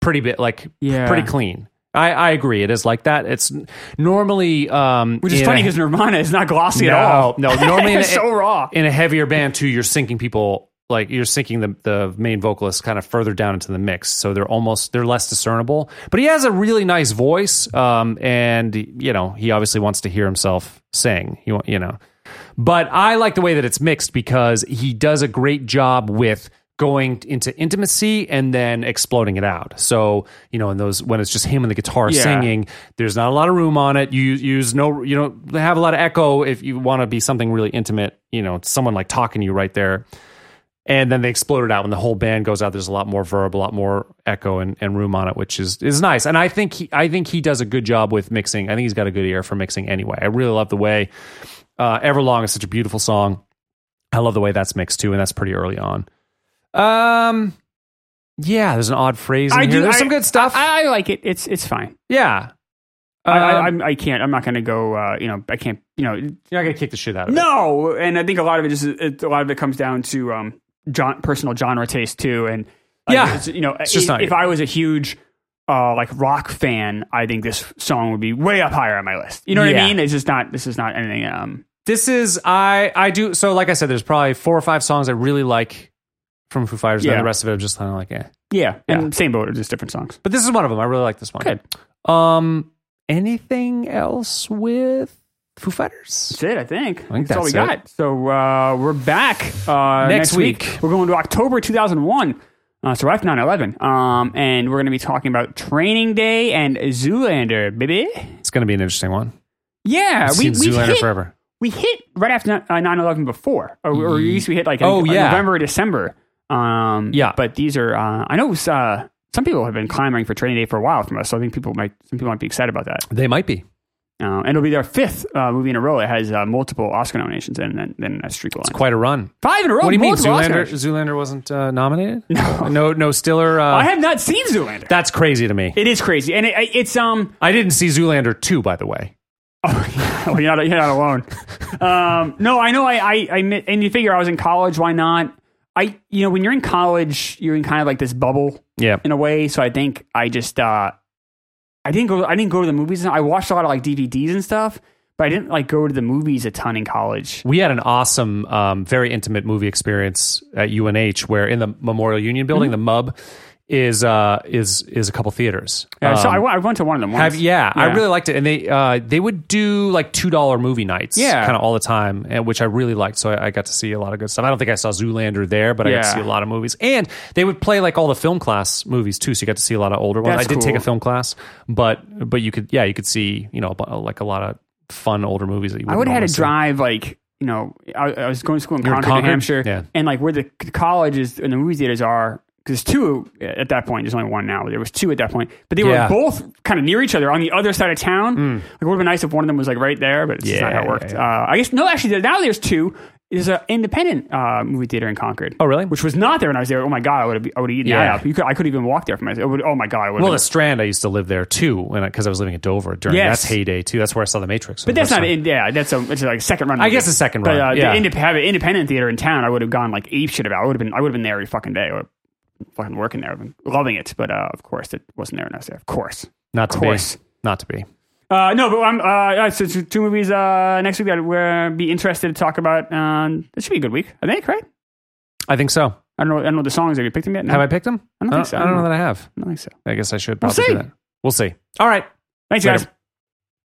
Speaker 1: pretty bit like
Speaker 2: yeah.
Speaker 1: pretty clean. I, I agree. It is like that. It's n- normally um,
Speaker 2: Which is
Speaker 1: in
Speaker 2: funny
Speaker 1: a-
Speaker 2: because Nirvana is not glossy
Speaker 1: no,
Speaker 2: at all.
Speaker 1: no. Normally, in a,
Speaker 2: it's so raw.
Speaker 1: in a heavier band too, you're sinking people like you're sinking the the main vocalist kind of further down into the mix, so they're almost they're less discernible. But he has a really nice voice, um, and you know he obviously wants to hear himself sing. You want- you know, but I like the way that it's mixed because he does a great job with going into intimacy and then exploding it out. So, you know, in those when it's just him and the guitar
Speaker 2: Yeah.
Speaker 1: singing, there's not a lot of room on it. You use- use no you don't have a lot of echo if you want to be something really intimate, you know, someone like talking to you right there. and then they explode it out when the whole band goes out. There's a lot more verb, a lot more echo and, and room on it, which is is nice. And I think he I think he does a good job with mixing. I think he's got a good ear for mixing anyway. I really love the way uh, Everlong is such a beautiful song. I love the way that's mixed too, and that's pretty early on. Um, yeah, there's an odd phrase. In
Speaker 2: I
Speaker 1: here.
Speaker 2: do-
Speaker 1: There's
Speaker 2: I-
Speaker 1: some good stuff.
Speaker 2: I, I like it. It's it's fine.
Speaker 1: yeah,
Speaker 2: I I,
Speaker 1: Um,
Speaker 2: I'm- I can't. I'm not going to go. Uh, you know, I can't. You know,
Speaker 1: you're not gonna kick the shit out of it.
Speaker 2: no. And I think a lot of it just it, a lot of it comes down to um, gen- personal genre taste too. And like,
Speaker 1: Yeah.
Speaker 2: it's, you know,
Speaker 1: just
Speaker 2: if,
Speaker 1: not-
Speaker 2: if I was a huge uh, like rock fan, I think this song would be way up higher on my list. You know what
Speaker 1: Yeah.
Speaker 2: I mean? It's just not. This is not anything. Um,
Speaker 1: This is I I do so. Like I said, there's probably four or five songs I really like from Foo Fighters, and
Speaker 2: Yeah.
Speaker 1: then the rest of it I'm just kind of like, eh.
Speaker 2: yeah, and
Speaker 1: Yeah.
Speaker 2: same boat, just different songs.
Speaker 1: But this is one of them. I really like this one.
Speaker 2: Good.
Speaker 1: Um, anything else with Foo Fighters?
Speaker 2: That's it, I think. I
Speaker 1: think
Speaker 2: that's, all we
Speaker 1: that's it.
Speaker 2: got. So uh, we're back uh,
Speaker 1: Next
Speaker 2: next, week.
Speaker 1: week.
Speaker 2: We're going to October 2001. Uh, so after 9 11. Um, and we're going to be talking about Training Day and Zoolander, baby.
Speaker 1: It's gonna be an interesting one.
Speaker 2: Yeah.
Speaker 1: I've seen
Speaker 2: we, we,
Speaker 1: Zoolander
Speaker 2: hit,
Speaker 1: forever.
Speaker 2: we hit right after 9 11 before. Or, or at least we hit like I
Speaker 1: Oh,
Speaker 2: think, uh,
Speaker 1: yeah.
Speaker 2: November, December. Um,
Speaker 1: Yeah.
Speaker 2: But these are, uh, I know uh, some people have been clamoring for Training Day for a while from us. So I think people might, some people might be excited about that.
Speaker 1: They might be.
Speaker 2: Uh, and it'll be their fifth uh, movie in a row that has uh, multiple Oscar nominations and then then a streak line.
Speaker 1: Quite a run.
Speaker 2: Five in a row.
Speaker 1: What do you mean,
Speaker 2: multiple
Speaker 1: Zoolander?
Speaker 2: Oscars.
Speaker 1: Zoolander wasn't uh, nominated? No, no, no. Stiller. Uh,
Speaker 2: I have not seen Zoolander.
Speaker 1: that's crazy to me.
Speaker 2: it is crazy, and it, it- it's um.
Speaker 1: I didn't see Zoolander two, by the way.
Speaker 2: well, you're not you're not alone. um, no, I know. I, I I mi- and you figure I was in college. Why not? I you know when you're in college, you're in kind of like this bubble
Speaker 1: Yeah,
Speaker 2: in a way. So I think I just uh, I didn't go. I didn't go to the movies. I watched a lot of like DVDs and stuff, but I didn't like go to the movies a ton in college.
Speaker 1: we had an awesome, um, very intimate movie experience at UNH, where in the Memorial Union Building,
Speaker 2: Mm-hmm.
Speaker 1: the MUB is uh, is is a couple theaters.
Speaker 2: Yeah, Uh, so
Speaker 1: Um,
Speaker 2: I, wa- I went to one of them. Once.
Speaker 1: Have, yeah, I
Speaker 2: Yeah.
Speaker 1: really liked it, and they uh, they would do like two dollar movie nights,
Speaker 2: Yeah.
Speaker 1: kind of all the time, and which I really liked. So I, I got to see a lot of good stuff. I don't think I saw Zoolander there, but I got to
Speaker 2: Yeah.
Speaker 1: see a lot of movies, and they would play like all the film class movies too. So you got to see a lot of older ones.
Speaker 2: That's
Speaker 1: I did take
Speaker 2: cool.
Speaker 1: a film class, but but you could yeah you could see you know a bu- like a lot of fun older movies that you.
Speaker 2: I would have had to
Speaker 1: normally see.
Speaker 2: drive like you know I, I was going to school in
Speaker 1: were in
Speaker 2: Concord,
Speaker 1: Concord?
Speaker 2: New Hampshire,
Speaker 1: Yeah.
Speaker 2: and like where the c- colleges and the movie theaters are. Because two at that point, there's only one now. There was two at that point, but they
Speaker 1: Yeah. Mm.
Speaker 2: were both kind of near each other on the other side of town. Like, it would have been nice if one of them was like right there, but it's just not how
Speaker 1: Yeah,
Speaker 2: it worked.
Speaker 1: yeah,
Speaker 2: Uh, I guess no, actually, there- now there's two. There's an independent uh, movie theater in Concord.
Speaker 1: Oh, really?
Speaker 2: Which was not there when I was there. Oh my god, I would have I would have eaten
Speaker 1: Yeah.
Speaker 2: that up. You could, I could even walk there for myself. It would- Oh my god, I would.
Speaker 1: Well, the Strand, I used to live there too, when because I, was living at Dover during
Speaker 2: Yes.
Speaker 1: that's heyday too. That's where I saw The Matrix.
Speaker 2: But that's not in, yeah. That's a it's like a second run.
Speaker 1: I
Speaker 2: movie.
Speaker 1: guess a second
Speaker 2: But
Speaker 1: run.
Speaker 2: uh,
Speaker 1: yeah.
Speaker 2: the indep- have an independent theater in town, I would have gone like ape shit about. I would have been I would have been there every fucking day. I would fucking working there. I've been loving it. But uh, of course, it wasn't there when I was there. Of course.
Speaker 1: not to
Speaker 2: course.
Speaker 1: be. Not to be.
Speaker 2: Uh, no, but I'm uh, uh, so two two movies uh, next week that we're be interested to talk about. Um, it should be a good week, I think, right?
Speaker 1: I think so.
Speaker 2: I don't know. I don't know the songs. Have you picked them yet? No,
Speaker 1: Have I picked them?
Speaker 2: Mm. I don't think so.
Speaker 1: I don't know that I have.
Speaker 2: I don't think so.
Speaker 1: I guess I should
Speaker 2: We'll
Speaker 1: probably do
Speaker 2: see.
Speaker 1: that. We'll see. All right.
Speaker 2: Thanks,
Speaker 1: Later.
Speaker 2: guys.